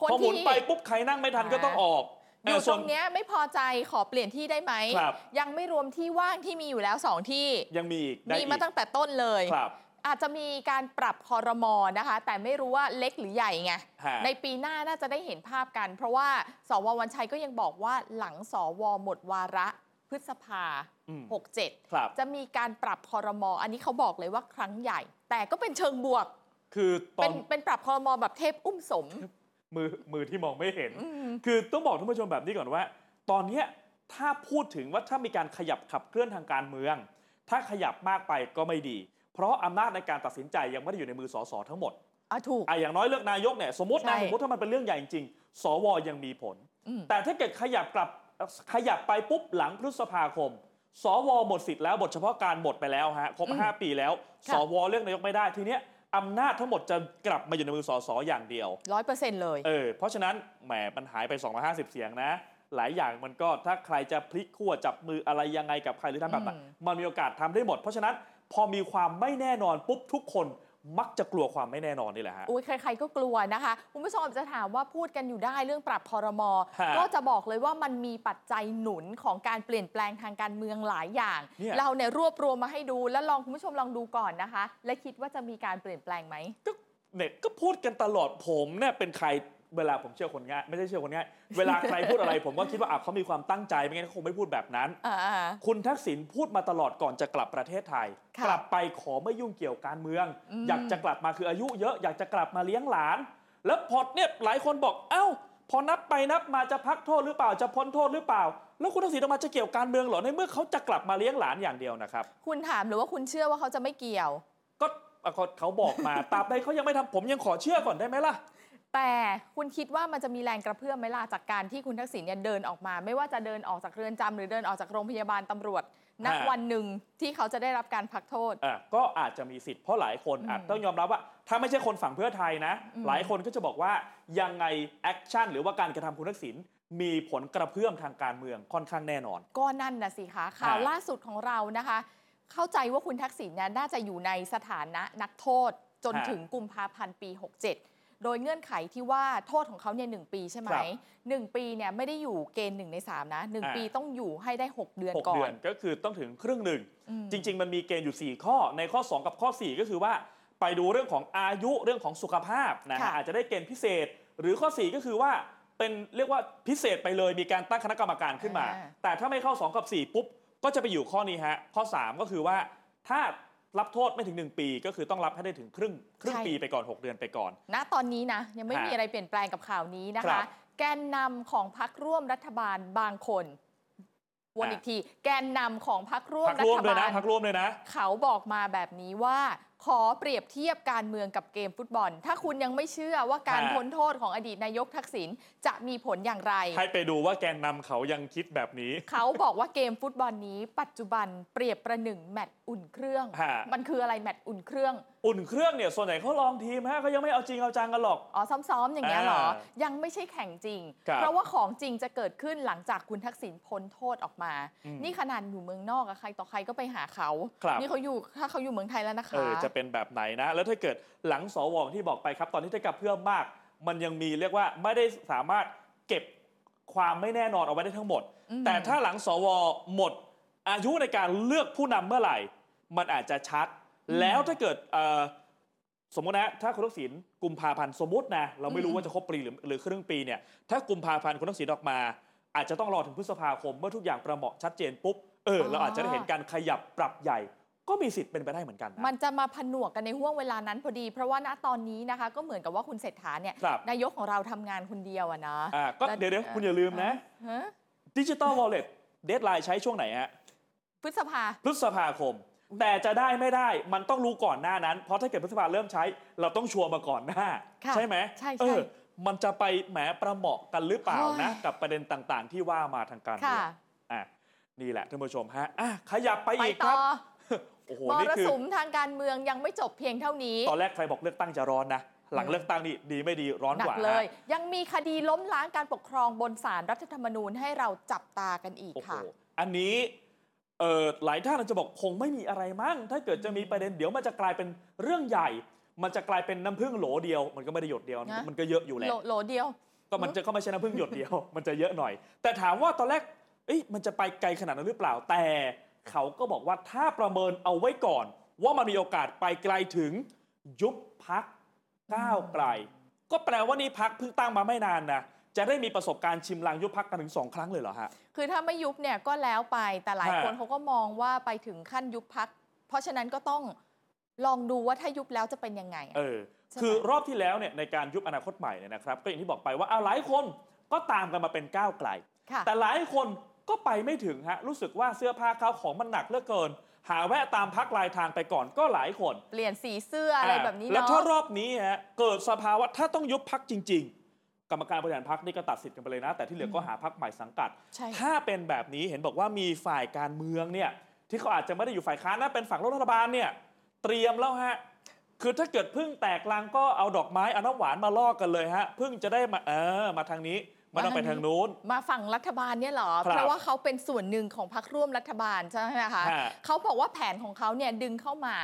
Speaker 2: คน
Speaker 1: พอหมุน
Speaker 2: ที่
Speaker 1: ไปปุ๊บใครนั่งไม่ทัน
Speaker 2: อ่า
Speaker 1: ก็ต้องออก
Speaker 2: อ
Speaker 1: เอ่
Speaker 2: ยู่
Speaker 1: อ
Speaker 2: ต
Speaker 1: ส่
Speaker 2: ร
Speaker 1: วน
Speaker 2: งเนี้ยไม่พอใจขอเปลี่ยนที่ได้ไหม
Speaker 1: ครับ
Speaker 2: ยังไม่รวมที่ว่างที่มีอยู่แล้วสองที่
Speaker 1: ยังมีอีกได้
Speaker 2: มี
Speaker 1: อีก
Speaker 2: มาตั้งแต่ต้นเลย
Speaker 1: ครับ
Speaker 2: อาจจะมีการปรับคอรมอนะคะ แต่ไม่รู้ว่าเล็กหรือใหญ่ไง
Speaker 1: ฮะ
Speaker 2: ในปีหน้าน่าจะได้เห็นภาพกัน เพราะว่าสววันชัยก็ยังบอกว่าหลังสวหมดวาระพฤษภา
Speaker 1: อืม
Speaker 2: 67
Speaker 1: ครับ
Speaker 2: จะมีการปรับคอรมออันนี้เขาบอกเลยว่าครั้งใหญ่ แต่ก็เป็นเชิงบวก
Speaker 1: คือตอ
Speaker 2: เป็น นเป็นปรับคอรมอแบบเทพอุ้มสม
Speaker 1: มือมือที่มองไม่เห็น
Speaker 2: อืม
Speaker 1: คือต้องบอกท่านผู้ชมแบบนี้ก่อนว่า ตอนเนี้ยถ้าพูดถึงว่าถ้ามีการขยับขับเคลื่อนทางการเมือง ถ้าขยับมากไปก็ไม่ดี เพราะอำนาจในการตัดสินใจยังไม่ได้อยู่ในมือสสทั้งหมด
Speaker 2: อ่ะถูก
Speaker 1: อ่ะอย่างน้อยเลือกนายกเนี่ยสมมตินะ
Speaker 2: ใช่
Speaker 1: สมมติถ้ามันเป็นเรื่องใหญ่จริงๆสวยังมีผล
Speaker 2: อืม
Speaker 1: แต่ถ้าเกิดขยับกลับขยับไปปุ๊บหลังพฤษภาคม สวหมดสิทธิ์แล้วบทเฉพาะการหมดไปแล้วฮะครบ
Speaker 2: อืม
Speaker 1: ห้าปีแล้ว
Speaker 2: ค่ะ
Speaker 1: สวเลือกนายกไม่ได้ทีเนี้ยอำนาจทั้งหมดจะกลับมาอยู่ในมือสสอย่างเดียว
Speaker 2: ร้อยเปอร์เซ็นต์เลย
Speaker 1: เออเพราะฉะนั้นแหมมันหายไป 250 เสียงนะ หลายอย่างมันก็ถ้าใครจะพลิกขั้วจับมืออะไรยังไงกับใครหรือทำแบบไหน
Speaker 2: อืม
Speaker 1: มันมีโอกาสทำได้หมด เพราะฉะนั้นพอมีความไม่แน่นอนปุ๊บทุกคนมักจะกลัวความไม่แน่นอนนี่แหละฮะ
Speaker 2: อุ้ยใคร ๆ ก็กลัวนะคะ คุณผู้ชมอาจจะถามว่าพูดกันอยู่ได้เรื่องปรับคอรมอ
Speaker 1: ฮะ
Speaker 2: ก็จะบอกเลยว่ามันมีปัจจัยหนุนของการเปลี่ยนแปลงทางการเมืองหลายอย่าง
Speaker 1: เนี่ย
Speaker 2: เราเนี่ยรวบรวมมาให้ดูแล้วลองคุณผู้ชมลองดูก่อนนะคะ และคิดว่าจะมีการเปลี่ยนแปลงไหม
Speaker 1: เนี่ยก็พูดกันตลอดผมเนี่ยเป็นใครเวลาผมเชื่อคนง่ายไม่ใช่เชื่อคนง่ายเวลาใครพูดอะไร ผมก็คิดว่าอ่ะเขามีความตั้งใจไม่งั้นเขาคงไม่พูดแบบนั้น
Speaker 2: อ่า
Speaker 1: คุณทักษิณพูดมาตลอดก่อนจะกลับประเทศไทย
Speaker 2: ค่ะ
Speaker 1: กลับไปขอไม่ยุ่งเกี่ยวการเมือง
Speaker 2: อืม
Speaker 1: อยากจะกลับมาคืออายุเยอะอยากจะกลับมาเลี้ยงหลาน แล้วพอเนี่ยหลายคนบอกเอ้า พอนับไปนับมาจะพักโทษหรือเปล่าจะพ้นโทษหรือเปล่า แล้วคุณทักษิณออกมาจะเกี่ยวการเมืองเหรอในเมื่อเขาจะกลับมาเลี้ยงหลานอย่างเดียวนะครับ
Speaker 2: ๆคุณถามหรือว่าคุณเชื่อว่าเขาจะไม่เกี่ยว
Speaker 1: ก็เขาบอกมา ตราบใดเขายังไม่ทำผมยังขอเชื่อก่อนได้ไหมล่ะ
Speaker 2: แต่คุณคิดว่ามันจะมีแรงกระเพื่อมไหมล่ะจากการที่คุณทักษิณเนี่ยเดินออกมา ไม่ว่าจะเดินออกจากเรือนจำหรือเดินออกจากโรงพยาบาลตำรวจณ
Speaker 1: ฮะ
Speaker 2: วันหนึ่งที่เขาจะได้รับการพักโทษ
Speaker 1: อ่ะก็อาจจะมีสิทธิ์เพราะหลายคน
Speaker 2: อืม
Speaker 1: อาจต้องยอมรับว่า ถ้าไม่ใช่คนฝั่งเพื่อไทยนะ
Speaker 2: อืม
Speaker 1: หลายคนก็จะบอกว่ายังไงแอคชั่นหรือว่าการกระทำคุณทักษิณมีผลกระเพื่อมทางการเมืองค่อนข้างแน่นอน
Speaker 2: ก็นั่นนะสิคะข่าว
Speaker 1: ฮะ
Speaker 2: ล่าสุดของเรานะคะ เข้าใจว่าคุณทักษิณเนี่ยน่าจะอยู่ในสถานะนักโทษจนถึงกุมภาพันธ์ปี 67 โดยเงื่อนไขที่ว่าโทษของเขาเนี่ยหนึ่งปีใช่ไหมหนึ่งปีเนี่ยไม่ได้อยู่เกณฑ์หนึ่งในสามนะหนึ่งปีต้องอยู่ให้ได้หกเดือน
Speaker 1: หก
Speaker 2: ก่อ
Speaker 1: เดื
Speaker 2: น
Speaker 1: นก็คือต้องถึงครึ่งหนึ่ง
Speaker 2: อืม
Speaker 1: จริง ๆ มันมีเกณฑ์อยู่ 4 ข้อในข้อ 2 กับข้อ 4 ก็คือว่า ไปดูเรื่องของอายุเรื่องของสุขภาพนะฮะ
Speaker 2: ค่ะ
Speaker 1: อาจจะได้เกณฑ์พิเศษ หรือข้อ 4 ก็คือว่าเป็นเรียกว่าพิเศษไปเลยมีการตั้งคณะกรรมการขึ้นมา แต่ถ้าไม่เข้า 2 กับ 4 ปุ๊บ ก็จะไปอยู่ข้อนี้ฮะ ข้อ 3 ก็คือว่าถ้ารับโทษไม่ถึง 1 ปี ก็คือต้องรับให้ได้ถึงครึ่งครึ่งปีไปก่อน 6 เดือนไปก่อน
Speaker 2: ณตอนนี้นะ ยังไม่
Speaker 1: ฮะ
Speaker 2: มีอะไรเปลี่ยนแปลงกับข่าวนี้นะ
Speaker 1: ครั
Speaker 2: คะ
Speaker 1: บ
Speaker 2: แกนนำของพักร่วมรัฐบาลบางคนวน
Speaker 1: อ่ะ
Speaker 2: อีกที แกนนำของพักร่วม
Speaker 1: พัก
Speaker 2: รั
Speaker 1: ร่วม
Speaker 2: ฐ
Speaker 1: เลย
Speaker 2: บา
Speaker 1: นะ
Speaker 2: ล
Speaker 1: พักร่วมเลยนะ
Speaker 2: เขาบอกมาแบบนี้ว่า ขอเปรียบเทียบการเมืองกับเกมฟุตบอล ถ้าคุณยังไม่เชื่อว่าการ
Speaker 1: ฮะ
Speaker 2: พ้นโทษของอดีตนายกทักษิณจะมีผลอย่างไร
Speaker 1: ให้ไปดูว่าแกนนำเขายังคิดแบบนี้
Speaker 2: เขาบอกว่าเกมฟุตบอลนี้ ปัจจุบันเปรียบประหนึ่งแมตช์อุ่นเครื่อง
Speaker 1: ฮะ
Speaker 2: มันคืออะไรแมตช์อุ่นเครื่อง
Speaker 1: อุ่นเครื่องเนี่ยส่วนใหญ่เขาลองทีมฮะเขายังไม่เอาจริงเอาจังกันหรอก
Speaker 2: อ๋อ ซ้อมๆ อย่างเงี้ยเหรอ
Speaker 1: อ่
Speaker 2: ยังไม่ใช่แข่งจริง
Speaker 1: ครับ
Speaker 2: เพราะว่าของจริงจะเกิดขึ้นหลังจากคุณทักษิณพ้นโทษออกมา
Speaker 1: อืม
Speaker 2: นี่ขนาดอยู่เมืองนอกอะใครต่อใครก็ไปหาเขา
Speaker 1: ครับ
Speaker 2: นี่เขาอยู่ถ้าเขาอยู่เมืองไทยแล้วนะคะ
Speaker 1: เออจะเป็นแบบไหนนะ แล้วถ้าเกิดหลังสวที่บอกไปครับ ตอนนี้ถ้ากลับเพื่อมาก มันยังมีเรียกว่าไม่ได้สามารถเก็บความไม่แน่นอนเอาไว้ได้ทั้งหมด
Speaker 2: อืม
Speaker 1: แต่ถ้าหลังสวหมด อายุในการเลือกผู้นำเมื่อไหร่ มันอาจจะชัด แล้วถ้าเกิดเอ่อสมมตินะถ้าคุณทักษิณกุมภาพันธ์สมมตินะเราไม่รู้ว่าจะครบปีหรือหรือครึ่งปีเนี่ยถ้ากุมภาพันธ์คุณทักษิณออกมา อาจจะต้องรอถึงพฤษภาคมเมื่อทุกอย่างประเหมาะชัดเจนปุ๊บเออเราอาจจะได้เห็นการขยับปรับใหญ่ ก็มีสิทธิ์เป็นไปได้เหมือนกันนะ
Speaker 2: มันจะมาผนวกกันในห่วงเวลานั้นพอดี เพราะว่าณตอนนี้นะคะ ก็เหมือนกับว่าคุณเศรษฐาเนี่ย
Speaker 1: ครับ
Speaker 2: นายกของเราทำงานคนเดียวอะนะ
Speaker 1: อ่าก็
Speaker 2: แล้ว
Speaker 1: เดี๋ยวเดี๋ยว
Speaker 2: เอ่อ
Speaker 1: คุณอย่าลืมนะ
Speaker 2: ฮะ
Speaker 1: ดิจิ t a ลวอลเล็ตเดทไลน์ใช้ช่วงไหนฮะ
Speaker 2: พฤษภา
Speaker 1: พฤษภาคม แต่จะได้ไม่ได้มันต้องรู้ก่อนหน้านั้น เพราะถ้าเกิดพฤษภาเริ่มใช้ เราต้องชัวร์มาก่อนหน้า
Speaker 2: ค่ะ
Speaker 1: ใช่ไหม
Speaker 2: ใช่ใช่
Speaker 1: เออมันจะไปแหมประเหมาะกันหรือเปล่านะ
Speaker 2: โอ้ย
Speaker 1: กับประเด็นต่างๆ ที่ว่ามาทางการเมื
Speaker 2: ค่ะ
Speaker 1: องอ่ะนี่แหละท่านผู้ชมฮะอ่ะขยับไป
Speaker 2: ไป
Speaker 1: อีกค
Speaker 2: ต่
Speaker 1: รั
Speaker 2: อบ
Speaker 1: โอ้โห
Speaker 2: ม
Speaker 1: นี่
Speaker 2: ร
Speaker 1: คือ
Speaker 2: สุมทางการเมืองยังไม่จบเพียงเท่านี้
Speaker 1: ตอนแรกใครบอกเลือกตั้งจะร้อนนะ หลัง
Speaker 2: อืม
Speaker 1: เลือกตั้งนี่ดีไม่ดีร้อน
Speaker 2: หนั
Speaker 1: ก
Speaker 2: ก
Speaker 1: ว่า
Speaker 2: เล
Speaker 1: ฮะ
Speaker 2: ย ยังมีคดีล้มล้างการปกครองบนศาลรัฐธรรมนูญให้เราจับตากันอีก
Speaker 1: โอ้โห
Speaker 2: ค่ะ
Speaker 1: อันนี้เออหลายท่านอาจจะบอกคงไม่มีอะไรมั้ง ถ้าเกิดจะมีประเด็นเดี๋ยวมันจะกลายเป็นเรื่องใหญ่ มันจะกลายเป็นน้ำผึ้งโหลเดียว มันก็ไม่ได้หยดเดียว
Speaker 2: นะ
Speaker 1: มันก็เยอะอยู่แหละ
Speaker 2: โหลโหลเดียว
Speaker 1: ก็มันจะก็ไม่ใช่น้ำผึ้งหยดเดียว <laughs> มันจะเยอะหน่อย แต่ถามว่าตอนแรกเอ้ยมันจะไปไกลขนาดนั้นหรือเปล่า แต่เขาก็บอกว่าถ้าประเมินเอาไว้ก่อน ว่ามันมีโอกาสไปไกลถึงยุบพักก้าวไกล ก็แปลว่านี่พักเพิ่งตั้งมาไม่นานนะ จะได้มีประสบการณ์ชิมลางยุบพักกันถึงสองครั้งเลยเหรอฮะ
Speaker 2: คือถ้าไม่ยุบเนี่ยก็แล้วไปแต่หลาย
Speaker 1: ฮะ
Speaker 2: คนเขาก็มองว่าไปถึงขั้นยุบพัก เพราะฉะนั้นก็ต้องลองดูว่าถ้ายุบแล้วจะเป็นยังไงอะ
Speaker 1: เออ
Speaker 2: ใช่ไหม
Speaker 1: คือรอบที่แล้วเนี่ยในการยุบอนาคตใหม่เนี่ยนะครับก็อย่างที่บอกไปว่าเอาหลายคนก็ตามกันมาเป็นก้าวไกล
Speaker 2: ค่ะ
Speaker 1: แต่หลายคนก็ไปไม่ถึงฮะรู้สึกว่าเสื้อผ้าข้าวของมันหนักเหลือเกิน หาแวะตามพักลายทางไปก่อนก็หลายคน
Speaker 2: เปลี่ยนสีเสื้ออะไรแบบนี้
Speaker 1: แล้วถ้า
Speaker 2: เนาะ
Speaker 1: รอบนี้ฮะเกิดสภาวะถ้าต้องยุบพักจริง กรรมการบริหารพักนี่ก็ตัดสิทธิ์กันไปเลยนะ แต่ที่เหลือก็หาพักใหม่สังกัด
Speaker 2: ใช่
Speaker 1: ถ้าเป็นแบบนี้เห็นบอกว่ามีฝ่ายการเมืองเนี่ยที่เขาอาจจะไม่ได้อยู่ฝ่ายค้านนะเป็นฝั่งรัฐบาลเนี่ยเตรียมแล้วฮะคือถ้าเกิดเพึ่งแตกลังก็เอาดอกไม้เอาน้ำหวานมาล่อกันเลยฮะเพึ่งจะได้มาเออมาทางนี้ไมาต้องไปทางนู้น
Speaker 2: มาฝั่งรัฐบาลเนี่ยเหรอ
Speaker 1: ครับ
Speaker 2: เพราะว่าเขาเป็นส่วนหนึ่งของพรรคร่วมรัฐบาลใช่ไหมคะ
Speaker 1: ฮะ
Speaker 2: เขาบอกว่าแผนของเขาเนี่ยดึงเข้ามา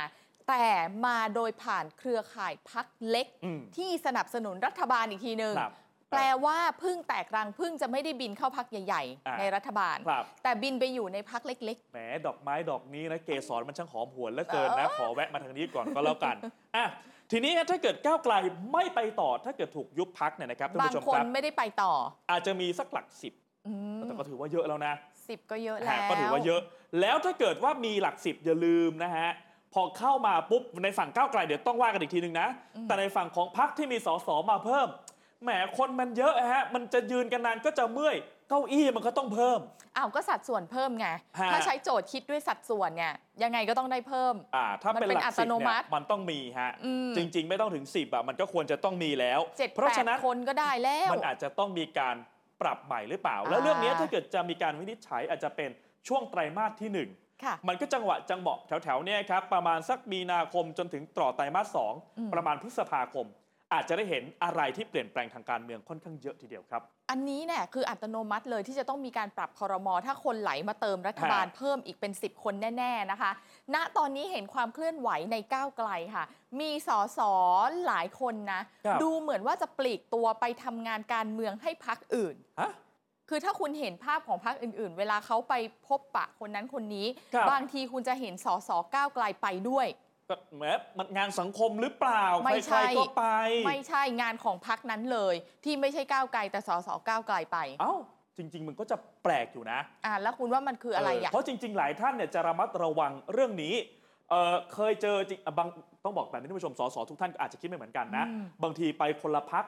Speaker 2: แต่มาโดยผ่านเครือข่ายพรรคเล็ก
Speaker 1: อืม
Speaker 2: ที่สนับสนุนรัฐบาลอีกทีหนึ่ง
Speaker 1: ครับ
Speaker 2: แปลว่าพึ่งแตกรังพึ่งจะไม่ได้บินเข้าพักใหญ่
Speaker 1: อ่า
Speaker 2: ๆ ในรัฐบาล
Speaker 1: ครับ
Speaker 2: แต่บินไปอยู่ในพักเล็ก
Speaker 1: แหมดอกไม้ดอกนี้นะเกสรมันช่างหอมหวนเหลือเกินนะขอแวะมาทางนี้ก่อนก็แล้วกันอ่ะทีนี้ถ้าเกิดก้าวไกลไม่ไปต่อถ้าเกิดถูกยุบพักเนี่ยนะครับท่าน
Speaker 2: ๆ บาง
Speaker 1: ผู้ชม
Speaker 2: ค
Speaker 1: คน รับ
Speaker 2: ไม่ได้ไปต่อ
Speaker 1: อาจจะมีสักหลักสิบ
Speaker 2: อืม
Speaker 1: แต่ก็ถือว่าเยอะแล้วนะ
Speaker 2: สิบก็เยอะ
Speaker 1: ฮะ
Speaker 2: แล้ว
Speaker 1: ก็ถือว่าเยอะ แล้วถ้าเกิดว่ามีหลักสิบอย่าลืมนะฮะ พอเข้ามาปุ๊บ ในฝั่งก้าวไกลเดี๋ยวต้องว่ากันอีกทีหนึ่งนะ
Speaker 2: อืม
Speaker 1: แต่ในฝั่งของพักที่มีสสมาเพิ่ม แหมคนมันเยอะฮะ มันจะยืนกันนานก็จะเมื่อย เก้าอี้มันก็ต้องเพิ่ม
Speaker 2: อ้าวก็สัดส่วนเพิ่มไง
Speaker 1: ฮะ
Speaker 2: ถ้าใช้โจทย์คิดด้วยสัดส่วนเนี่ยยังไงก็ต้องได้เพิ่ม
Speaker 1: อ่า ถ้าเป็นหลัก
Speaker 2: มันเป็นอั
Speaker 1: สิ
Speaker 2: ต
Speaker 1: บ
Speaker 2: โนมั
Speaker 1: เนี่ย
Speaker 2: ติ
Speaker 1: มันต้องมีฮะ
Speaker 2: อืม
Speaker 1: จริง ๆ ไม่ต้องถึง 10อะมันก็ควรจะต้องมีแล้ว
Speaker 2: เจ็ด
Speaker 1: เพราะ
Speaker 2: แป
Speaker 1: ฉะ
Speaker 2: ด
Speaker 1: นั้น
Speaker 2: คนก็ได้แล้ว
Speaker 1: มันอาจจะต้องมีการปรับใหม่หรือเปล่า แล้ว
Speaker 2: อ่า
Speaker 1: เรื่องนี้ถ้าเกิดจะมีการวินิจฉัยอาจจะเป็นช่วงไตรมาสที่หนึ่ง
Speaker 2: ค่ะ
Speaker 1: มันก็จังหวะจังเหมาะแถวๆเนี่ยครับประมาณสักมีนาคมจนถึงต่อไตรมาสสอง
Speaker 2: อืม
Speaker 1: ประมาณพฤษภาคม อาจจะได้เห็นอะไรที่เปลี่ยนแปลงทางการเมืองค่อนข้างเยอะทีเดียวครับ
Speaker 2: อันนี้เนี่ยคืออัตโนมัติเลยที่จะต้องมีการปรับคอรมอถ้าคนไหลมาเติมรัฐบาลเพิ่มอีกเป็น 10 คนแน่ ๆนะคะ ณตอนนี้เห็นความเคลื่อนไหวในก้าวไกลค่ะ มีสอสอหลายคนนะ
Speaker 1: ครับ
Speaker 2: ดูเหมือนว่าจะปลีกตัวไปทำงานการเมืองให้พักอื่น
Speaker 1: ฮะ
Speaker 2: คือถ้าคุณเห็นภาพของพรรคอื่น ๆ เวลาเขาไปพบปะคนนั้นคนนี้
Speaker 1: ครับ
Speaker 2: บางทีคุณจะเห็นสอสอก้าวไกลไปด้วย
Speaker 1: ก็แหมมันงานสังคมหรือเปล่า
Speaker 2: ไม่
Speaker 1: ใค
Speaker 2: ใช่
Speaker 1: รๆก็ไป
Speaker 2: ไม่ใช่งานของพรรคนั้นเลย ที่ไม่ใช่ก้าวไกลแต่สอสอก้าวไกลไป
Speaker 1: เอ้า จริง ๆ มันก็จะแปลกอยู่นะ
Speaker 2: อ่ะแล้วคุณว่ามันคืออะไร
Speaker 1: เออ
Speaker 2: อ่ะ
Speaker 1: เพราะจริง ๆ หลายท่านเนี่ยจะระมัดระวังเรื่องนี้เออเคยเจอจริงอ่ะบางต้องบอกแบบนี้ท่านผู้ชมสสทุกท่านก็อาจจะคิดไม่เหมือนกันนะ
Speaker 2: อืม
Speaker 1: บางทีไปคนละพัก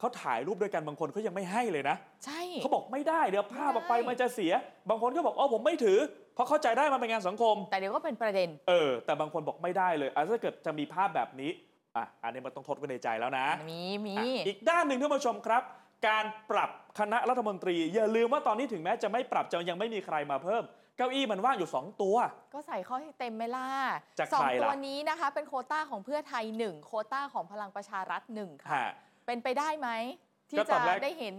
Speaker 1: เขาถ่ายรูปด้วยกันบางคนเขายังไม่ให้เลยนะ
Speaker 2: ใช่
Speaker 1: เขาบอกไม่ได้เดี๋ยวภาพออกไป
Speaker 2: ไม่ได้
Speaker 1: มันจะเสีย บางคนก็บอกอ๋อผมไม่ถือ เพราะเข้าใจได้มันเป็นงานสังคม
Speaker 2: แต่เดี๋ยวก็เป็นประเด็น
Speaker 1: เออ แต่บางคนบอกไม่ได้เลยอ่ะถ้าเกิดจะมีภาพแบบนี้อ่ะอันนี้มันต้องทดไว้ในใจแล้วนะ
Speaker 2: มี มี
Speaker 1: อ่ะอีกด้านหนึ่งท่านผู้ชมครับ การปรับคณะรัฐมนตรี อย่าลืมว่าตอนนี้ถึงแม้จะไม่ปรับจะยังไม่มีใครมาเพิ่ม เก้าอี้มันว่างอยู่ 2 ตัว
Speaker 2: ก็ใส่ข้อให้เต็มไหม่ล่ะ
Speaker 1: จะ
Speaker 2: สอง
Speaker 1: ใครล่ะ
Speaker 2: ตัวนี้นะคะ เป็นโควต้าของเพื่อไทยหนึ่งโควต้าของพลังประชารัฐหนึ่งค่ะ
Speaker 1: ฮะ
Speaker 2: เป็นไปได้ไหม ที่
Speaker 1: ก็ต
Speaker 2: จะ
Speaker 1: อนแรก
Speaker 2: ได้เห็น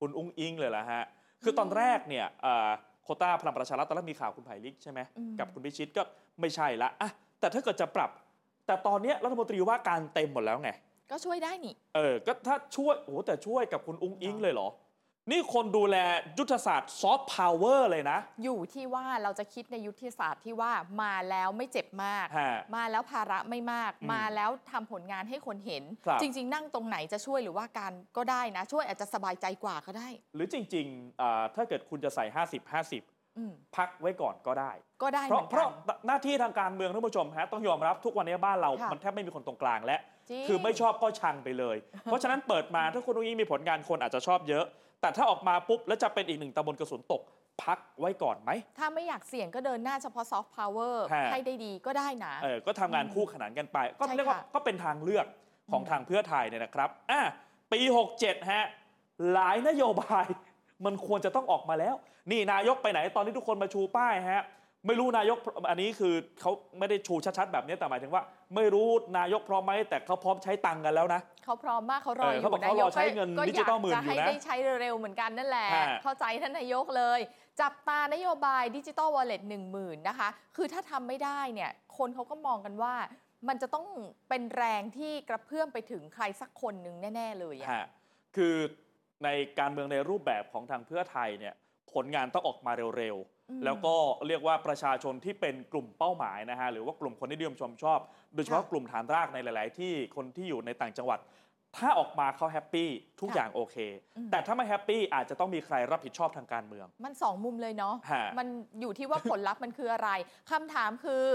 Speaker 1: คุณอุ้งอิงเลยล่ะฮะ คือตอนแรกเนี่ยเอ่อโควต้าพลังประชารัฐตอนแรกมีข่าวคุณไผ่ลิกใช่ไหม
Speaker 2: อืม
Speaker 1: กับคุณพิชิตก็ไม่ใช่ละอ่ะแต่ถ้าเกิดจะปรับ แต่ตอนเนี้ยรัฐมนตรีว่าการเต็มหมดแล้วไง
Speaker 2: ก็ช่วยได้นี่
Speaker 1: เออ ก็ถ้าช่วย โอ้โหแต่ช่วยกับคุณอุ้งอิงเลยเหรอ นี่คนดูแลยุทธศาสตร์ซอฟต์พาวเวอร์เลยนะ
Speaker 2: อยู่ที่ว่าเราจะคิดในยุทธศาสตร์ที่ว่ามาแล้วไม่เจ็บมาก
Speaker 1: ฮะ
Speaker 2: มาแล้วภาระไม่มาก
Speaker 1: อืม
Speaker 2: มาแล้วทำผลงานให้คนเห็น
Speaker 1: ครับ
Speaker 2: จริง ๆ นั่งตรงไหนจะช่วยหรือว่าการก็ได้นะ ช่วยอาจจะสบายใจกว่าก็ได้
Speaker 1: หรือจริงๆอ่าถ้าเกิดคุณจะใส่ 50
Speaker 2: อืม
Speaker 1: 50 พักไว้ก่อนก็ได้
Speaker 2: ก็ได้
Speaker 1: เพ
Speaker 2: เห
Speaker 1: ราะ
Speaker 2: มือน
Speaker 1: เพ
Speaker 2: กั
Speaker 1: ราะ
Speaker 2: น
Speaker 1: หน้าที่ทางการเมืองท่านผู้ชมฮะต้องยอมรับทุกวันนี้บ้านเรา
Speaker 2: ค่ะ
Speaker 1: มันแทบไม่มีคนตรงกลางและ
Speaker 2: จริง
Speaker 1: คือไม่ชอบก็ชังไปเลย เพราะฉะนั้นเปิดมาถ้าคุณอุ้งอิงมีผลงานคนอาจจะชอบเยอะ แต่ถ้าออกมาปุ๊บ แล้วจะเป็นอีกหนึ่งตำบลกระสุนตก พักไว้ก่อนไหม
Speaker 2: ถ้าไม่อยากเสี่ยงก็เดินหน้าเฉพาะซอฟต์พาวเวอร์
Speaker 1: ฮะ
Speaker 2: ให้ได้ดีก็ได้นะ
Speaker 1: เออก็ทำงานคู่ขนานกันไป ก็
Speaker 2: ใช่
Speaker 1: เรียกว่า
Speaker 2: ค่ะ
Speaker 1: ก็เป็นทางเลือกของ
Speaker 2: อืม
Speaker 1: ทางเพื่อไทยเนี่ยนะครับอ่ะปี 67 ฮะ หลายนโยบาย <laughs> มันควรจะต้องออกมาแล้ว นี่นายกไปไหนตอนนี้ทุกคนมาชูป้ายฮะ ไม่รู้นายกอันนี้คือเขาไม่ได้ชูชัดๆแบบนี้แต่หมายถึงว่า ไม่รู้นายกพร้อมไหมแต่เขาพร้อมใช้ตังค์กันแล้วนะ
Speaker 2: เขาพร้อมมากเขารอ
Speaker 1: เออ
Speaker 2: อยู่
Speaker 1: เขาบอกเขารอใช้เงินดิจิทัลหมื่นอยู่นะ
Speaker 2: ก็อยากจะให้ได้ใช้เร็วๆเหมือนกันนั่นแหละ
Speaker 1: ฮะ
Speaker 2: เข้าใจท่านนายกเลย จับตานโยบายดิจิ t a ลวอลเล็ตหนึ่งหมื่นนะคะ คือถ้าทำไม่ได้เนี่ย คนเขาก็มองกันว่า มันจะต้องเป็นแรงที่กระเพื่อมไปถึงใครสักคนหนึ่งแน่ ๆ เลยอะ
Speaker 1: ฮะคือในการเมืองในรูปแบบของทางเพื่อไทยเนี่ยผลงานต้องออกมาเร็วๆ
Speaker 2: อืม
Speaker 1: แล้วก็เรียกว่าประชาชนที่เป็นกลุ่มเป้าหมายนะฮะหรือว่ากลุ่มคนที่นิยมชมชอบ โดยเฉพาะ
Speaker 2: ค่ะ
Speaker 1: กลุ่มฐานรากในหลาย ๆ ที่คนที่อยู่ในต่างจังหวัด ถ้าออกมาเขาแฮปปี้ทุก
Speaker 2: ค่ะ
Speaker 1: อย่างโอเค
Speaker 2: อืม
Speaker 1: แต่ถ้าไม่แฮปปี้อาจจะต้องมีใครรับผิดชอบทางการเมือง
Speaker 2: มันสองมุมเลยเนาะ
Speaker 1: ฮะ
Speaker 2: มันอยู่ที่ว่าผลลัพธ์มันคืออะไรคำถามคือ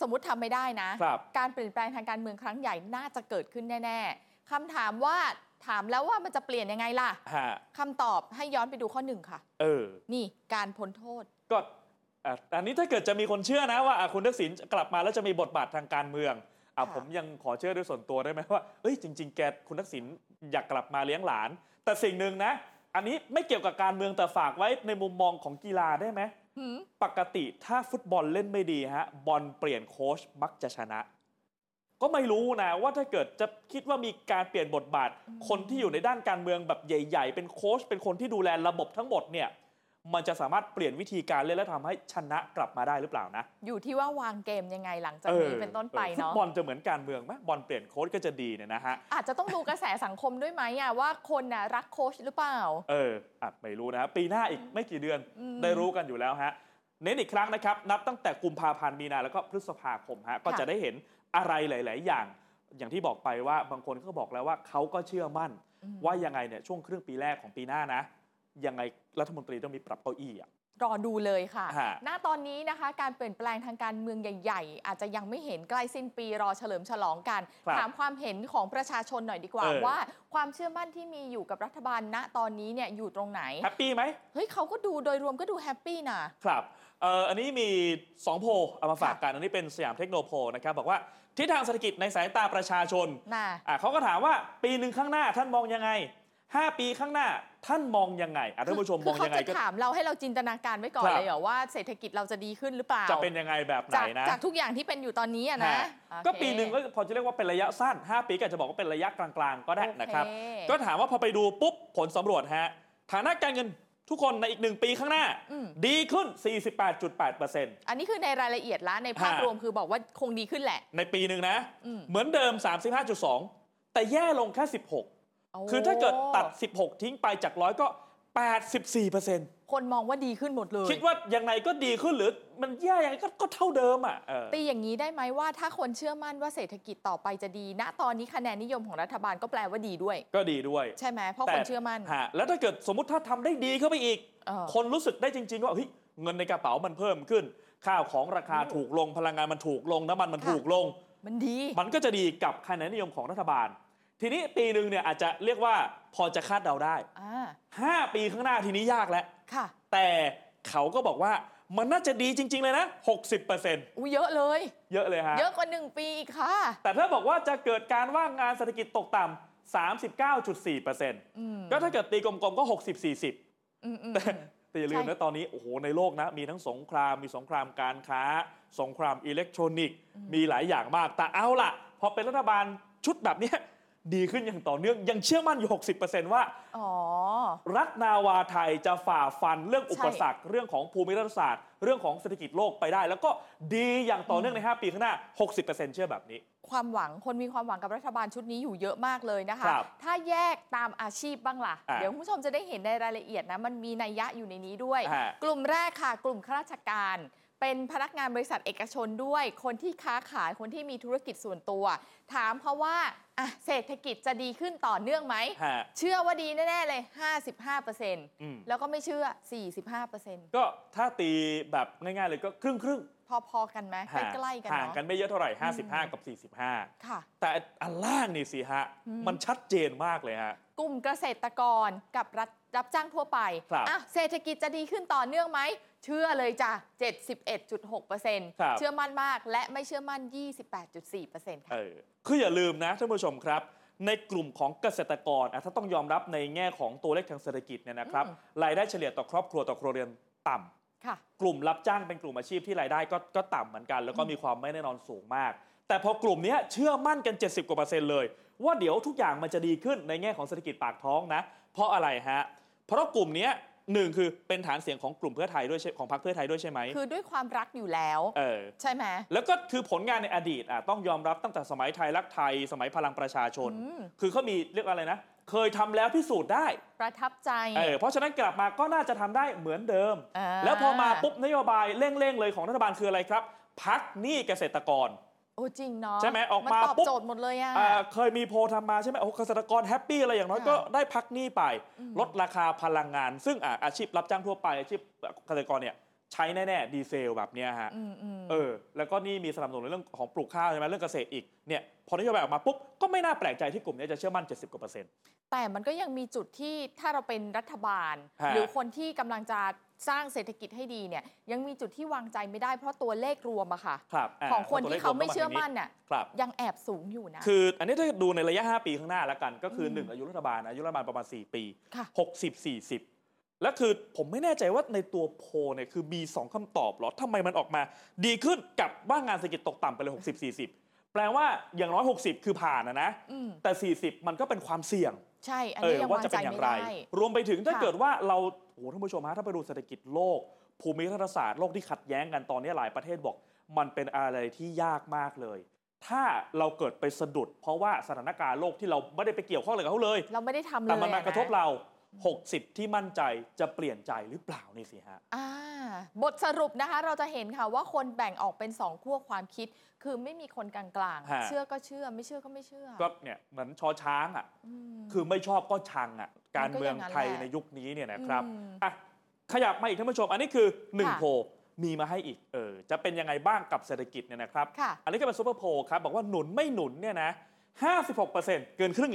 Speaker 2: สมมติทำไม่ได้นะ
Speaker 1: ครับ
Speaker 2: การเปลี่ยนแปลงทางการเมืองครั้งใหญ่น่าจะเกิดขึ้นแน่ ๆ คำถามว่าถามแล้วว่ามันจะเปลี่ยนยังไงล่ะ
Speaker 1: ฮะ
Speaker 2: คำตอบให้ย้อนไปดูข้อหนึ่งค่ะ
Speaker 1: เออ
Speaker 2: นี่การพ้นโทษ
Speaker 1: ก็อ่ะอันนี้ถ้าเกิดจะมีคนเชื่อนะว่าอ่ะคุณทักษิณกลับมาแล้วจะมีบทบาททางการเมือง อ่ะ
Speaker 2: ค่ะ
Speaker 1: ผมยังขอเชื่อด้วยส่วนตัวได้ไหมว่าเอ้ยจริง ๆ แกคุณทักษิณอยากกลับมาเลี้ยงหลาน แต่สิ่งหนึ่งนะ อันนี้ไม่เกี่ยวกับการเมืองแต่ฝากไว้ในมุมมองของกีฬาได้ไหม
Speaker 2: หืม
Speaker 1: ปกติถ้าฟุตบอลเล่นไม่ดีฮะ บอลเปลี่ยนโค้ชมักจะชนะ ก็ไม่รู้นะว่าถ้าเกิดจะคิดว่ามีการเปลี่ยนบทบาท คนที่อยู่ในด้านการเมืองแบบใหญ่ ๆ เป็นโค้ชเป็นคนที่ดูแลระบบทั้งหมดเนี่ย มันจะสามารถเปลี่ยนวิธีการเล่นและทำให้ชนะกลับมาได้หรือเปล่านะ
Speaker 2: อยู่ที่ว่าวางเกมยังไงหลังจากนี้เป็นต้นไป
Speaker 1: ออฟุต
Speaker 2: เนาะ
Speaker 1: บอลจะเหมือนการเมืองไหมบอลเปลี่ยนโค้ชก็จะดีเนี่ยนะฮะ
Speaker 2: อาจจะต้องดูกระแสสังคมด้วยไหมอะว่าคนน่ะรักโค้ชหรือเปล่า
Speaker 1: เอออาจไม่รู้นะฮะปีหน้าอีกไม่กี่เดือน
Speaker 2: อืม
Speaker 1: ได้รู้กันอยู่แล้วฮะ เน้นอีกครั้งนะครับ นับตั้งแต่กุมภาพันธ์มีนาแล้วก็พฤษภาคมฮะ ก็จะได้เห็นอะไรหลาย ๆ อย่าง อย่างที่บอกไปว่าบางคนก็บอกแล้วว่าเขาก็เชื่อมั่น
Speaker 2: อืม
Speaker 1: ว่ายังไงเนี่ยช่วงครึ่งปีแรกของปีหน้านะ ยังไงรัฐมนตรีต้องมีปรับเก้าอี้อ่ะ
Speaker 2: รอดูเลยค่ะ
Speaker 1: ฮะ
Speaker 2: หน้าตอนนี้นะคะ การเปลี่ยนแปลงทางการเมืองใหญ่ ๆ อาจจะยังไม่เห็นใกล้สิ้นปีรอเฉลิมฉลองกัน
Speaker 1: ครับ
Speaker 2: ถามความเห็นของประชาชนหน่อยดีกว่า
Speaker 1: เออ
Speaker 2: ว่าความเชื่อมั่นที่มีอยู่กับรัฐบาลณตอนนี้เนี่ยอยู่ตรงไหน
Speaker 1: แฮปปี้ไหม
Speaker 2: เฮ้ยเขาก็ดูโดยรวมก็ดูแฮปปี้นะ
Speaker 1: ครับเอ่ออันนี้มี 2 โพลเอามาฝากกัน อันนี้เป็นสยามเทคโนโพลนะครับ บอกว่าทิศทางเศรษฐกิจในสายตาประชาชน
Speaker 2: น่ะ
Speaker 1: อ่ะเขาก็ถามว่าปีหนึ่งข้างหน้าท่านมองยังไง 5 ปีข้างหน้าท่านมองยังไงอ่ะท่านผู้ชมม
Speaker 2: คือ
Speaker 1: อง
Speaker 2: เขา
Speaker 1: ยังไง
Speaker 2: จะ
Speaker 1: ก็
Speaker 2: ถามเราให้เราจินตนาการไว้ก่อน
Speaker 1: ครับ
Speaker 2: เลยเหรอว่าเศรษฐกิจเราจะดีขึ้นหรือเปล่า
Speaker 1: จะเป็นยังไงแบบไหน
Speaker 2: จาก
Speaker 1: นะ
Speaker 2: จากทุกอย่างที่เป็นอยู่ตอนนี้อะนะ
Speaker 1: ฮะ
Speaker 2: โอเค
Speaker 1: ก็ปีหนึ่งก็พอจะเรียกว่าเป็นระยะสั้น 5 ปีก็อาจจะบอกว่าเป็นระยะกลางๆ ก็ได้นะครับ
Speaker 2: โอเ
Speaker 1: ก็ถามว่าพอไปดูปุ๊บผลสำรวจฮะฐานะการเงินทุกคนในอีกหนึ่งปีข้างหน้า
Speaker 2: อืม
Speaker 1: ดีขึ้น 48.8%
Speaker 2: อันนี้คือในรายละเอียดละในภาพรวมคือบอกว่าคงดีขึ้นแหละ
Speaker 1: ในปีหนึ่งนะ
Speaker 2: อืม
Speaker 1: เหมือนเดิม 35.2 แต่แย่ลงแค่ 16 คือถ้าเกิดตัด
Speaker 2: โอ้
Speaker 1: 16 ทิ้งไปจากร้อยก็ 84%
Speaker 2: คนมองว่าดีขึ้นหมดเลย
Speaker 1: คิดว่ายังไงก็ดีขึ้นหรือมันแย่ยังไงก็ก็เท่าเดิมอ่ะเออ
Speaker 2: ตีอย่างนี้ได้ไหมว่าถ้าคนเชื่อมั่นว่าเศรษฐกิจต่อไปจะดี ณตอนนี้คะแนนนิยมของรัฐบาลก็แปลว่าดีด้วย
Speaker 1: ก็ดีด้วย
Speaker 2: ใช่ไหมเพราะคนเชื่อมั่น
Speaker 1: ฮะแล้วถ้าเกิดสมมติถ้าทำได้ดีเข้าไปอีก
Speaker 2: เออ
Speaker 1: คนรู้สึกได้จริง ๆ ว่าเฮ้ยเงินในกระเป๋ามันเพิ่มขึ้น ข้าวของราคา
Speaker 2: อืม
Speaker 1: ถูกลงพลังงานมันถูกลงน้ำมันมัน
Speaker 2: ค่ะ
Speaker 1: ถูกลง
Speaker 2: มันดี
Speaker 1: มันก็จะดีกับคะแนนนิยมของรัฐบาล ทีนี้ปีหนึ่งเนี่ยอาจจะเรียกว่าพอจะคาดเดาได้
Speaker 2: อ่า
Speaker 1: 5 ปีข้างหน้าทีนี้ยากแล้ว
Speaker 2: ค่ะ
Speaker 1: แต่เขาก็บอกว่ามันน่าจะดีจริง ๆ เลยนะ 60%
Speaker 2: อุ้ยเยอะเลย
Speaker 1: เยอะเลยฮะ
Speaker 2: เยอะกว่าหนึ่งปีอีกค่ะ
Speaker 1: แต่ถ้าบอกว่าจะเกิดการว่างงานเศรษฐกิจตกต่ำ39.4%
Speaker 2: อืม
Speaker 1: ก็ถ้าเกิดตีกลมๆก็ 60-40
Speaker 2: อืมอืม
Speaker 1: แต่อย่าลืมนะตอนนี้โอ้โหในโลกนะ มีทั้งสงครามมีสงครามการค้า สงครามอิเล็กทรอนิกส์
Speaker 2: อืม
Speaker 1: มีหลายอย่างมาก แต่เอาล่ะ พอเป็นรัฐบาลชุดแบบเนี้ยดีขึ้นอย่างต่อเนื่อง ยังเชื่อมั่นอยู่ 60%ว่า
Speaker 2: อ๋อ
Speaker 1: รัฐนาวาไทยจะฝ่าฟันเรื่อง
Speaker 2: ใช่
Speaker 1: อุปสรรค เรื่องของภูมิรัฐศาสตร์ เรื่องของเศรษฐกิจโลกไปได้ แล้วก็ดีอย่างต่อเนื่องใน 5 ปีข้างหน้า 60%เชื่อแบบนี้
Speaker 2: ความหวังคนมีความหวังกับรัฐบาลชุดนี้อยู่เยอะมากเลยนะคะ
Speaker 1: ครับ
Speaker 2: ถ้าแยกตามอาชีพบ้างล่ะ
Speaker 1: อ่า
Speaker 2: เดี๋ยวคุณผู้ชมจะได้เห็นในรายละเอียดนะ มันมีนัยยะอยู่ในนี้ด้วย
Speaker 1: ฮะ
Speaker 2: กลุ่มแรกค่ะ กลุ่มข้าราชการ เป็นพนักงานบริษัทเอกชนด้วย คนที่ค้าขายคนที่มีธุรกิจส่วนตัว ถามเขาว่าอ่ะเศรษฐกิจจะดีขึ้นต่อเนื่องไหม
Speaker 1: ฮะ
Speaker 2: เชื่อว่าดีแน่ ๆ เลย 55%
Speaker 1: อืม
Speaker 2: แล้วก็ไม่เชื่อ 45%
Speaker 1: ก็ถ้าตีแบบง่ายๆเลยก็ครึ่งครึ่ง
Speaker 2: พอๆกันไหม
Speaker 1: ๆ
Speaker 2: ใกล้ๆกัน
Speaker 1: ห่าง
Speaker 2: เนาะ
Speaker 1: กันไม่เยอะเท่าไหร่ 55 กับ 45
Speaker 2: ค่ะ
Speaker 1: แต่อันล่างนี่สิฮะ
Speaker 2: อืม
Speaker 1: มันชัดเจนมากเลยฮะ
Speaker 2: กลุ่มเกษตรกรกับรัฐรับจ้างทั่วไป
Speaker 1: ครับ
Speaker 2: อ่ะเศรษฐกิจจะดีขึ้นต่อเนื่องไหม เชื่อเลยจ้ะ 71.6%
Speaker 1: ครับ
Speaker 2: เชื่อมั่นมากและไม่เชื่อมั่น 28.4%
Speaker 1: เอ
Speaker 2: ค่ะ
Speaker 1: อคืออย่าลืมนะท่านผู้ชมครับ ในกลุ่มของเกษตรกรอ่ะถ้าต้องยอมรับในแง่ของตัวเลขทางเศรษฐกิจเนี่ยนะครับ
Speaker 2: อืม
Speaker 1: รายได้เฉลี่ยต่อครอบครัวต่อครัวเรือนต่ำ
Speaker 2: ค่ะ
Speaker 1: กลุ่มรับจ้างเป็นกลุ่มอาชีพที่รายได้ก็ก็ต่ำเหมือนกัน แล้วก็มีความไม่แน่นอนสูงมาก แต่พอกลุ่มเนี้ยเชื่อมั่นกัน 70 กว่าเปอร์เซ็นต์เลย ว่าเดี๋ยวทุกอย่างมันจะดีขึ้นในแง่ของเศรษฐกิจปากท้องนะ เพราะอะไรฮะ เพราะกลุ่มเนี้ยหนึ่งคือเป็นฐานเสียงของกลุ่มเพื่อไทยด้วยใช่ของพรรคเพื่อไทยด้วยใช่ไหม
Speaker 2: คือด้วยความรักอยู่แล้ว
Speaker 1: เออ
Speaker 2: ใช่ไหม
Speaker 1: แล้วก็คือผลงานในอดีตอ่ะต้องยอมรับตั้งแต่สมัยไทยรักไทย สมัยพลังประชาชน
Speaker 2: อืม
Speaker 1: คือเขามีเรียกว่าอะไรนะ เคยทำแล้วพิสูจน์ได้
Speaker 2: ประทับใจ
Speaker 1: เออเพราะฉะนั้นกลับมาก็น่าจะทำได้เหมือนเดิม
Speaker 2: า
Speaker 1: แล้วพอมาปุ๊บนโยบายเร่งๆเลยของรัฐบาลคืออะไรครับ พักหนี้เกษตรกร
Speaker 2: โอ้จริงเนาะ
Speaker 1: ใช่ไหมออก
Speaker 2: น
Speaker 1: มา
Speaker 2: ตอบ
Speaker 1: ปุ๊บ
Speaker 2: โจทย์หมดเลยอ่ะ
Speaker 1: อ่าเคยมีโพลทำมาใช่ไหมโอ้เกษตรกรแฮปปี้อะไรอย่างน้อย
Speaker 2: ค่ะ
Speaker 1: ก็ได้พักหนี้ไป
Speaker 2: อืม
Speaker 1: ลดราคาพลังงาน ซึ่งอ่ะอาชีพรับจ้างทั่วไป อาชีพเกษตรกรเนี่ยใช้แน่ๆดีเซลแบบเนี้ยฮะ
Speaker 2: อืมอืม
Speaker 1: เออแล้วก็นี่มีสนับสนุนในเรื่องของปลูกข้าวใช่ไหมเรื่องเกษตรอีกเนี่ยพอนโยบายออกมาปุ๊บก็ไม่น่าแปลกใจที่กลุ่มเนี้ยจะเชื่อมั่น 70กว่าเปอร์เซ็นต์
Speaker 2: แต่มันก็ยังมีจุดที่ถ้าเราเป็นรัฐบาล
Speaker 1: ฮะ
Speaker 2: หรือคนที่กำลังจะ สร้างเศรษฐกิจให้ดีเนี่ยยังมีจุดที่วางใจไม่ได้เพราะตัวเลขรวมอะค่ะ
Speaker 1: ครับา
Speaker 2: ของคน
Speaker 1: ตัวล
Speaker 2: ที่
Speaker 1: ข
Speaker 2: เขาไม่เชื่อมั่น
Speaker 1: ลงาทาง
Speaker 2: น่ะ
Speaker 1: ครับ
Speaker 2: ยังแอบสูงอยู่นะ
Speaker 1: คืออันนี้ถ้าดูในระยะ 5 ปีข้างหน้าแล้วกัน ก็คือ
Speaker 2: ม
Speaker 1: 1 อายุรัฐบาลนะอายุรัฐบาลประมาณ 4 ปี
Speaker 2: ค่ะ
Speaker 1: 60 40 แล้วคือผมไม่แน่ใจว่าในตัวโพลเนี่ยคือมี 2คำตอบเหรอทำไมมันออกมาดีขึ้นกับว่างงานเศรษฐกิจตกต่ำไปเลย 60 40 แปลว่าอย่างน้อย 60 คือผ่านนะนะ
Speaker 2: อืม
Speaker 1: แต่ 40 มันก็เป็นความเสี่ยง
Speaker 2: ใช่ อัน
Speaker 1: เอ
Speaker 2: นี้
Speaker 1: อ
Speaker 2: ยั
Speaker 1: ว่าว
Speaker 2: งาง
Speaker 1: จะ
Speaker 2: ใจ
Speaker 1: เป็นอย่าง
Speaker 2: ไม่
Speaker 1: ไร
Speaker 2: ได้
Speaker 1: รวมไปถึงถ้า
Speaker 2: ค่ะ
Speaker 1: เกิดว่าเราโอ้โหท่านผู้ชมฮะถ้าไปดูเศรษฐกิจโลก ภูมิรัฐศาสตร์โลกที่ขัดแย้งกันตอนนี้หลายประเทศบอก มันเป็นอะไรที่ยากมากเลย ถ้าเราเกิดไปสะดุด เพราะว่าสถานการณ์โลกที่เราไม่ได้ไปเกี่ยวข้องอะไรกับเขาเลย
Speaker 2: เราไม่ได้ทำเลย
Speaker 1: แต่มันมากระทบ
Speaker 2: น
Speaker 1: เรา 60 ที่มั่นใจจะเปลี่ยนใจหรือเปล่านี่สิฮะ
Speaker 2: อ่าบทสรุปนะคะ เราจะเห็นค่ะว่าคนแบ่งออกเป็นสองขั้วความคิด คือไม่มีคนกลาง
Speaker 1: ฮะ
Speaker 2: ๆ เชื่อก็เชื่อไม่เชื่อก็ไม่เชื่อ
Speaker 1: ก็เนี่ยเหมือนชอช้างอ่ะ
Speaker 2: อืม
Speaker 1: คือไม่ชอบก็ชังอ่ะการ
Speaker 2: มันก็
Speaker 1: เมื
Speaker 2: อ
Speaker 1: อง
Speaker 2: ย่างนั้น
Speaker 1: ไทย
Speaker 2: แหละ
Speaker 1: ในยุคนี้เนี่ยนะครับ
Speaker 2: อืม
Speaker 1: อ่ะขยับมาอีกท่านผู้ชม อันนี้คือ
Speaker 2: ค่ะ
Speaker 1: 1 โพลมีมาให้อีกเออจะเป็นยังไงบ้างกับเศรษฐกิจเนี่ยนะครับ
Speaker 2: ค่ะ
Speaker 1: อันนี้ก็เป็นซูเปอร์โพลครับ บอกว่าหนุนไม่หนุนเนี่ยนะ 56 เกินครึ่ง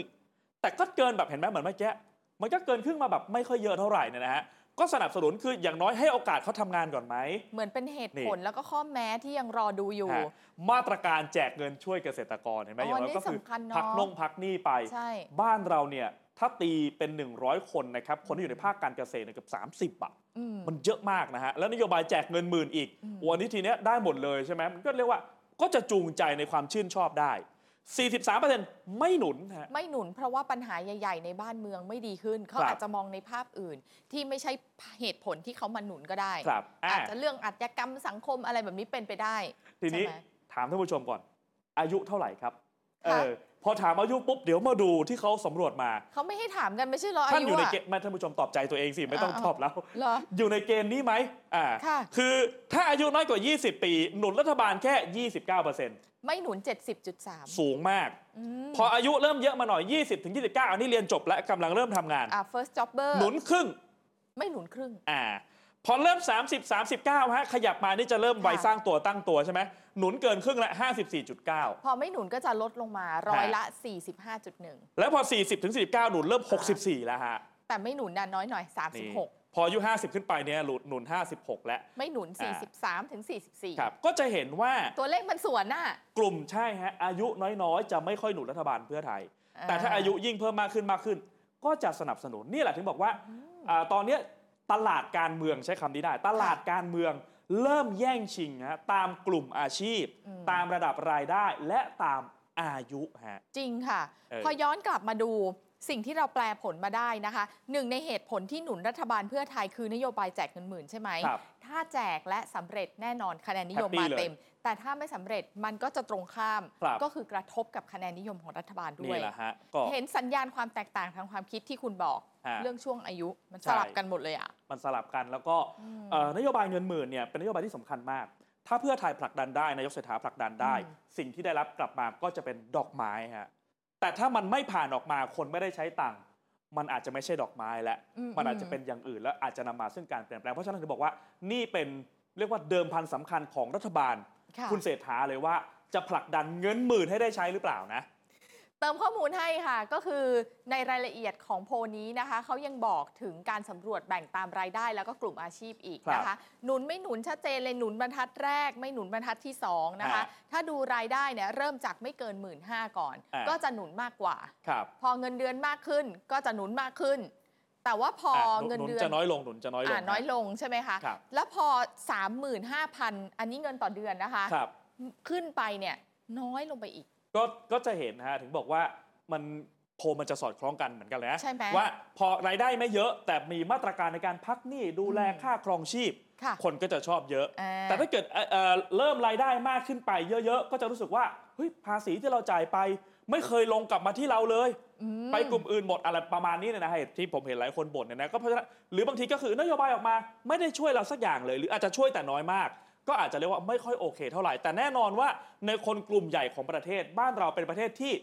Speaker 1: แต่ก็เกินแบบเห็นไหมเหมือนเมื่อกี้มันก็เกินครึ่งมาแบบไม่ค่อยเยอะเท่าไหร่เนี่ยนะฮะก็สนับสนุนคืออย่างน้อยให้โอกาสเขาทำงานก่อนไหม
Speaker 2: เหมือนเป็นเหตุ
Speaker 1: นี่
Speaker 2: ผลแล้วก็ข้อแม้ที่ยังรอดูอยู่
Speaker 1: ฮะมาตรการแจกเงินช่วยเกษตรกรเห็นไหม
Speaker 2: อ๋อ
Speaker 1: อย่างน้
Speaker 2: นี่
Speaker 1: อยก็คือ
Speaker 2: สำคัญเนอะ
Speaker 1: พักนงพักหนี้ไป
Speaker 2: ใช่
Speaker 1: บ้านเราเนี่ยถ้าตีเป็น 100 คนนะครับคนที่อยู่ในภาคการเกษตรเนี่ยเกือบ30อะ
Speaker 2: อืม
Speaker 1: มันเยอะมากนะฮะ แล้วนโยบายแจกเงินหมื่นอีก
Speaker 2: อืม
Speaker 1: วันนี้ทีเนี้ยได้หมดเลยใช่ไหมมันก็เรียกว่าก็จะจูงใจในความชื่นชอบได้ 43%ไม่หนุนฮะ
Speaker 2: ไม่หนุนเพราะว่าปัญหาใหญ่ ๆ ในบ้านเมืองไม่ดีขึ้น เขา
Speaker 1: ครับ
Speaker 2: อาจจะมองในภาพอื่น ที่ไม่ใช่เหตุผลที่เขามาหนุนก็ได้
Speaker 1: ครับอ่ะ
Speaker 2: อาจจะเรื่องอาชญากรรมสังคมอะไรแบบนี้เป็นไปได้
Speaker 1: ทีนี้
Speaker 2: ใช่ไหม
Speaker 1: ถามท่านผู้ชมก่อน อายุเท่าไหร่ครับ เอ
Speaker 2: ค่ะ
Speaker 1: อ พอถามอายุปุ๊บ เดี๋ยวมาดูที่เขาสำรวจมา
Speaker 2: เขาไม่ให้ถามกันไม่ใช่เหรออา
Speaker 1: ท่าน
Speaker 2: ยุ
Speaker 1: อยู่ใน
Speaker 2: อะ
Speaker 1: เกณฑ์ไม่ท่านผู้ชมตอบใจตัวเองสิ ไม่ต้อง
Speaker 2: อ่า
Speaker 1: ต
Speaker 2: ๆ
Speaker 1: อบแล้ว
Speaker 2: เหรอ
Speaker 1: อยู่ในเกณฑ์นี้ไหมอ่า
Speaker 2: ค่ะ
Speaker 1: คือถ้าอายุน้อยกว่า 20 ปี หนุนรัฐบาลแค่ 29%
Speaker 2: ไม่หนุน 70.3
Speaker 1: สูงมาก
Speaker 2: อืม
Speaker 1: พออายุเริ่มเยอะมาหน่อย 20ถึง29 อันนี้เรียนจบและกำลังเริ่มทำงาน
Speaker 2: อ่า first jobber
Speaker 1: หนุนครึ่ง
Speaker 2: ไม่หนุนครึ่ง
Speaker 1: อ่า พอเริ่ม 30 39 ฮะ ขยับมานี่จะเริ่มวัย
Speaker 2: ค่ะ
Speaker 1: สร้างตัวตั้งตัวใช่ไหม หนุนเกินครึ่งละ
Speaker 2: พอไม่หนุนก็จะลดลงมาร้อยละ
Speaker 1: 54.9
Speaker 2: 45.1
Speaker 1: แล้วพอ 40ถึง49 หนุนเริ่ม 64 แล้วฮะ
Speaker 2: แต่ไม่หนุนนะน้อยหน่อย
Speaker 1: นี่
Speaker 2: 36
Speaker 1: พออายุ 50 ขึ้นไปเนี่ยหลุดหนุน 56 แล้ว
Speaker 2: ไม่หนุน
Speaker 1: อ่า
Speaker 2: 43ถึง44
Speaker 1: ครับ ก็จะเห็นว่า
Speaker 2: ตัวเลขมันสวนน่ะ
Speaker 1: กลุ่มใช่ฮะ อายุน้อยๆ จะไม่ค่อยหนุนรัฐบาลเพื่อไทย แต่ถ้าอายุยิ่งเพิ่มมากขึ้นมากขึ้น ก็จะสนับสนุนนี่แหละถึงบอกว่าอาตอนเนี้ยตลาดการเมืองใช้คำนี้ได้ ตลาดการเมืองเริ่มแย่งชิงฮะตามกลุ่มอาชีพ
Speaker 2: อืม
Speaker 1: ตามระดับรายได้และตามอายุฮะ
Speaker 2: จริงค่ะ
Speaker 1: เออ
Speaker 2: พอย้อนกลับมาดูสิ่งที่เราแปลผลมาได้นะคะหนึ่งในเหตุผลที่หนุนรัฐบาลเพื่อไทยคือนโยบายแจกเงินหมื่นใช่ไหม
Speaker 1: ครับ
Speaker 2: ถ้าแจกและสำเร็จแน่นอนคะแนนนิยม
Speaker 1: Happy
Speaker 2: มาเต็ม แต่ถ้าไม่สำเร็จมันก็จะตรงข้าม
Speaker 1: ครับ
Speaker 2: ก็คือกระทบกับคะแนนนิยมของรัฐบาลด้
Speaker 1: นี่
Speaker 2: วย
Speaker 1: แหละฮะก็
Speaker 2: เห็นสัญญาณความแตกต่างทางความคิดที่คุณบอก
Speaker 1: ฮะ
Speaker 2: เรื่องช่วงอายุมัน
Speaker 1: ใช่
Speaker 2: สลับกันหมดเลยอ่ะ
Speaker 1: มันสลับกันแล้วก็
Speaker 2: อืม
Speaker 1: เอ่อนโยบายเงินหมื่นเนี่ยเป็นนโยบายที่สำคัญมาก ถ้าเพื่อไทยผลักดันได้นายกเศรษฐาผลักดันได้
Speaker 2: อืม
Speaker 1: สิ่งที่ได้รับกลับมาก็จะเป็นดอกไม้ฮะแต่ถ้ามันไม่ผ่านออกมาคนไม่ได้ใช้ตังค์มันอาจจะไม่ใช่ดอกไม้แล้ว มันอาจจะเป็นอย่างอื่นแล้วอาจจะนำมาซึ่งการเปลี่ยนแปลง เพราะฉะนั้นถึงบอกว่านี่เป็นเรียกว่าเดิมพันสำคัญของรัฐบาล
Speaker 2: ค่ะ
Speaker 1: คุณเศรษฐาเลยว่าจะผลักดันเงินหมื่นให้ได้ใช้หรือเปล่านะ
Speaker 2: เติมข้อมูลให้ค่ะ ก็คือในรายละเอียดของโพลนี้นะคะ เขายังบอกถึงการสำรวจแบ่งตามรายได้แล้วก็กลุ่มอาชีพอีกนะ
Speaker 1: ครั
Speaker 2: คะ
Speaker 1: บ
Speaker 2: หนุนไม่หนุนชัดเจนเลยหนุนบรรทัดแรก ไม่หนุนบรรทัดที่สองนะคะ
Speaker 1: อ่า
Speaker 2: ถ้าดูรายได้เนี่ยเริ่มจากไม่เกิน 1 5ื่นก่อน
Speaker 1: อ่า
Speaker 2: ก็จะหนุนมากกว่า
Speaker 1: ครับ
Speaker 2: พอเงินเดือนมากขึ้นก็จะหนุนมากขึ้น แต่ว่าพอ
Speaker 1: อ่ะ
Speaker 2: เงิน
Speaker 1: หนุน
Speaker 2: เดือน
Speaker 1: จะน้อยลงหนุนจะน้อยลง
Speaker 2: อ่าน้อย
Speaker 1: นะ
Speaker 2: ลงใช่ไหมคะ
Speaker 1: ครับ
Speaker 2: แล้วพอ 35,000 อันนี้เงินต่อเดือนนะคะ
Speaker 1: ครับ
Speaker 2: ขึ้นไปเนี่ยน้อยลงไปอีก
Speaker 1: ก็ก็จะเห็นนะฮะถึงบอกว่ามันโพลมันจะสอดคล้องกันเหมือนกันเลยนะ
Speaker 2: ใช่ไหม
Speaker 1: ว่าพอรายได้ไม่เยอะ แต่มีมาตรการในการพักหนี้ดูแล
Speaker 2: อืม
Speaker 1: ค่าครองชีพ
Speaker 2: ค่ะ
Speaker 1: คนก็จะชอบเยอะ
Speaker 2: อ่า
Speaker 1: แต่ถ้าเกิดเอ่อเอ่อเริ่มรายได้มากขึ้นไปเยอะๆ ก็จะรู้สึกว่าเฮ้ยภาษีที่เราจ่ายไป ไม่เคยลงกลับมาที่เราเลย
Speaker 2: อืม
Speaker 1: ไปกลุ่มอื่นหมดอะไรประมาณนี้เนี่ยนะฮะที่ผมเห็นหลายคนบ่นเนี่ยนะก็เพราะฉะนั้นหรือบางทีก็คือนโยบายออกมา ไม่ได้ช่วยเราสักอย่างเลย หรืออาจจะช่วยแต่น้อยมาก ก็อาจจะเรียกว่าไม่ค่อยโอเคเท่าไหร่ แต่แน่นอนว่าในคนกลุ่มใหญ่ของประเทศ บ้านเราเป็นประเทศที่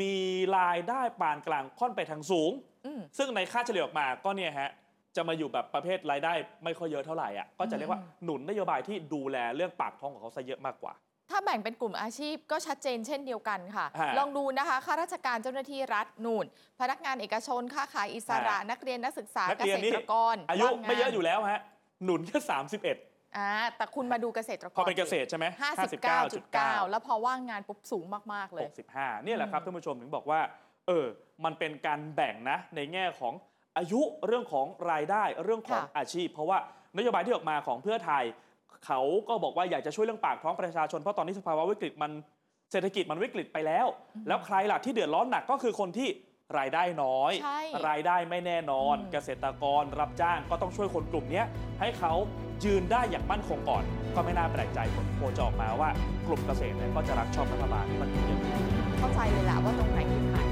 Speaker 1: มีรายได้ปานกลางค่อนไปทางสูง
Speaker 2: อืม
Speaker 1: ซึ่งในค่าเฉลี่ยออกมาก็เนี่ยฮะจะมาอยู่แบบประเภทรายได้ไม่ค่อยเยอะเท่าไหร่อ่ะก็จะเรียกว่า
Speaker 2: อืม
Speaker 1: หนุนนโยบายที่ดูแลเรื่องปากท้องของเขาซะเยอะมากกว่า
Speaker 2: ถ้าแบ่งเป็นกลุ่มอาชีพก็ชัดเจนเช่นเดียวกันค่ะ
Speaker 1: ฮะ
Speaker 2: ลองดูนะคะข้าราชการเจ้าหน้าที่รัฐนูนพนักงานเอกชนค้าขายอิสระ นักเรียนนักศึกษา
Speaker 1: นัก
Speaker 2: เก
Speaker 1: เรีย
Speaker 2: ษ
Speaker 1: นนี่
Speaker 2: ตรกร
Speaker 1: อายุ
Speaker 2: ว่างงาน
Speaker 1: ไม่เยอะอยู่แล้วฮะ หนุนแค่31
Speaker 2: อ่าแต่คุณมาดูเกษตรกร
Speaker 1: พอเป็นเกษตรใช่ไหม
Speaker 2: 59.9 แล้วพอว่างงานปุ๊บสูงมาก ๆ เลย
Speaker 1: 65เนี่ยแหละครับท่านผู้ชมถึงบอกว่า เออ มันเป็นการแบ่งนะ ในแง่ของอายุเรื่องของรายได้เรื่องของ
Speaker 2: ค่ะ
Speaker 1: อาชีพ เพราะว่านโยบายที่ออกมาของเพื่อไทย เขาก็บอกว่าอยากจะช่วยเรื่องปากท้องประชาชนเพราะตอนนี้สภาวะวิกฤตมันเศรษฐกิจมันวิกฤตไปแล้ว แล้วใครล่ะที่เดือดร้อนหนักก็คือคนที่รายได้น้อย
Speaker 2: ใช่
Speaker 1: รายได้ไม่แน่นอน
Speaker 2: อืม
Speaker 1: เกษตรกรรับจ้างก็ต้องช่วยคนกลุ่มเนี้ยให้เขายืนได้อย่างมั่นคงก่อน ก็ไม่น่าแปลกใจผลโพลจะออกมาว่ากลุ่มเกษตรเนี่ยก็จะรักชอบรัฐบาลที่มันมีเยอะ
Speaker 2: เข้าใจเลยแหละว่าตรงไหนที่ขาย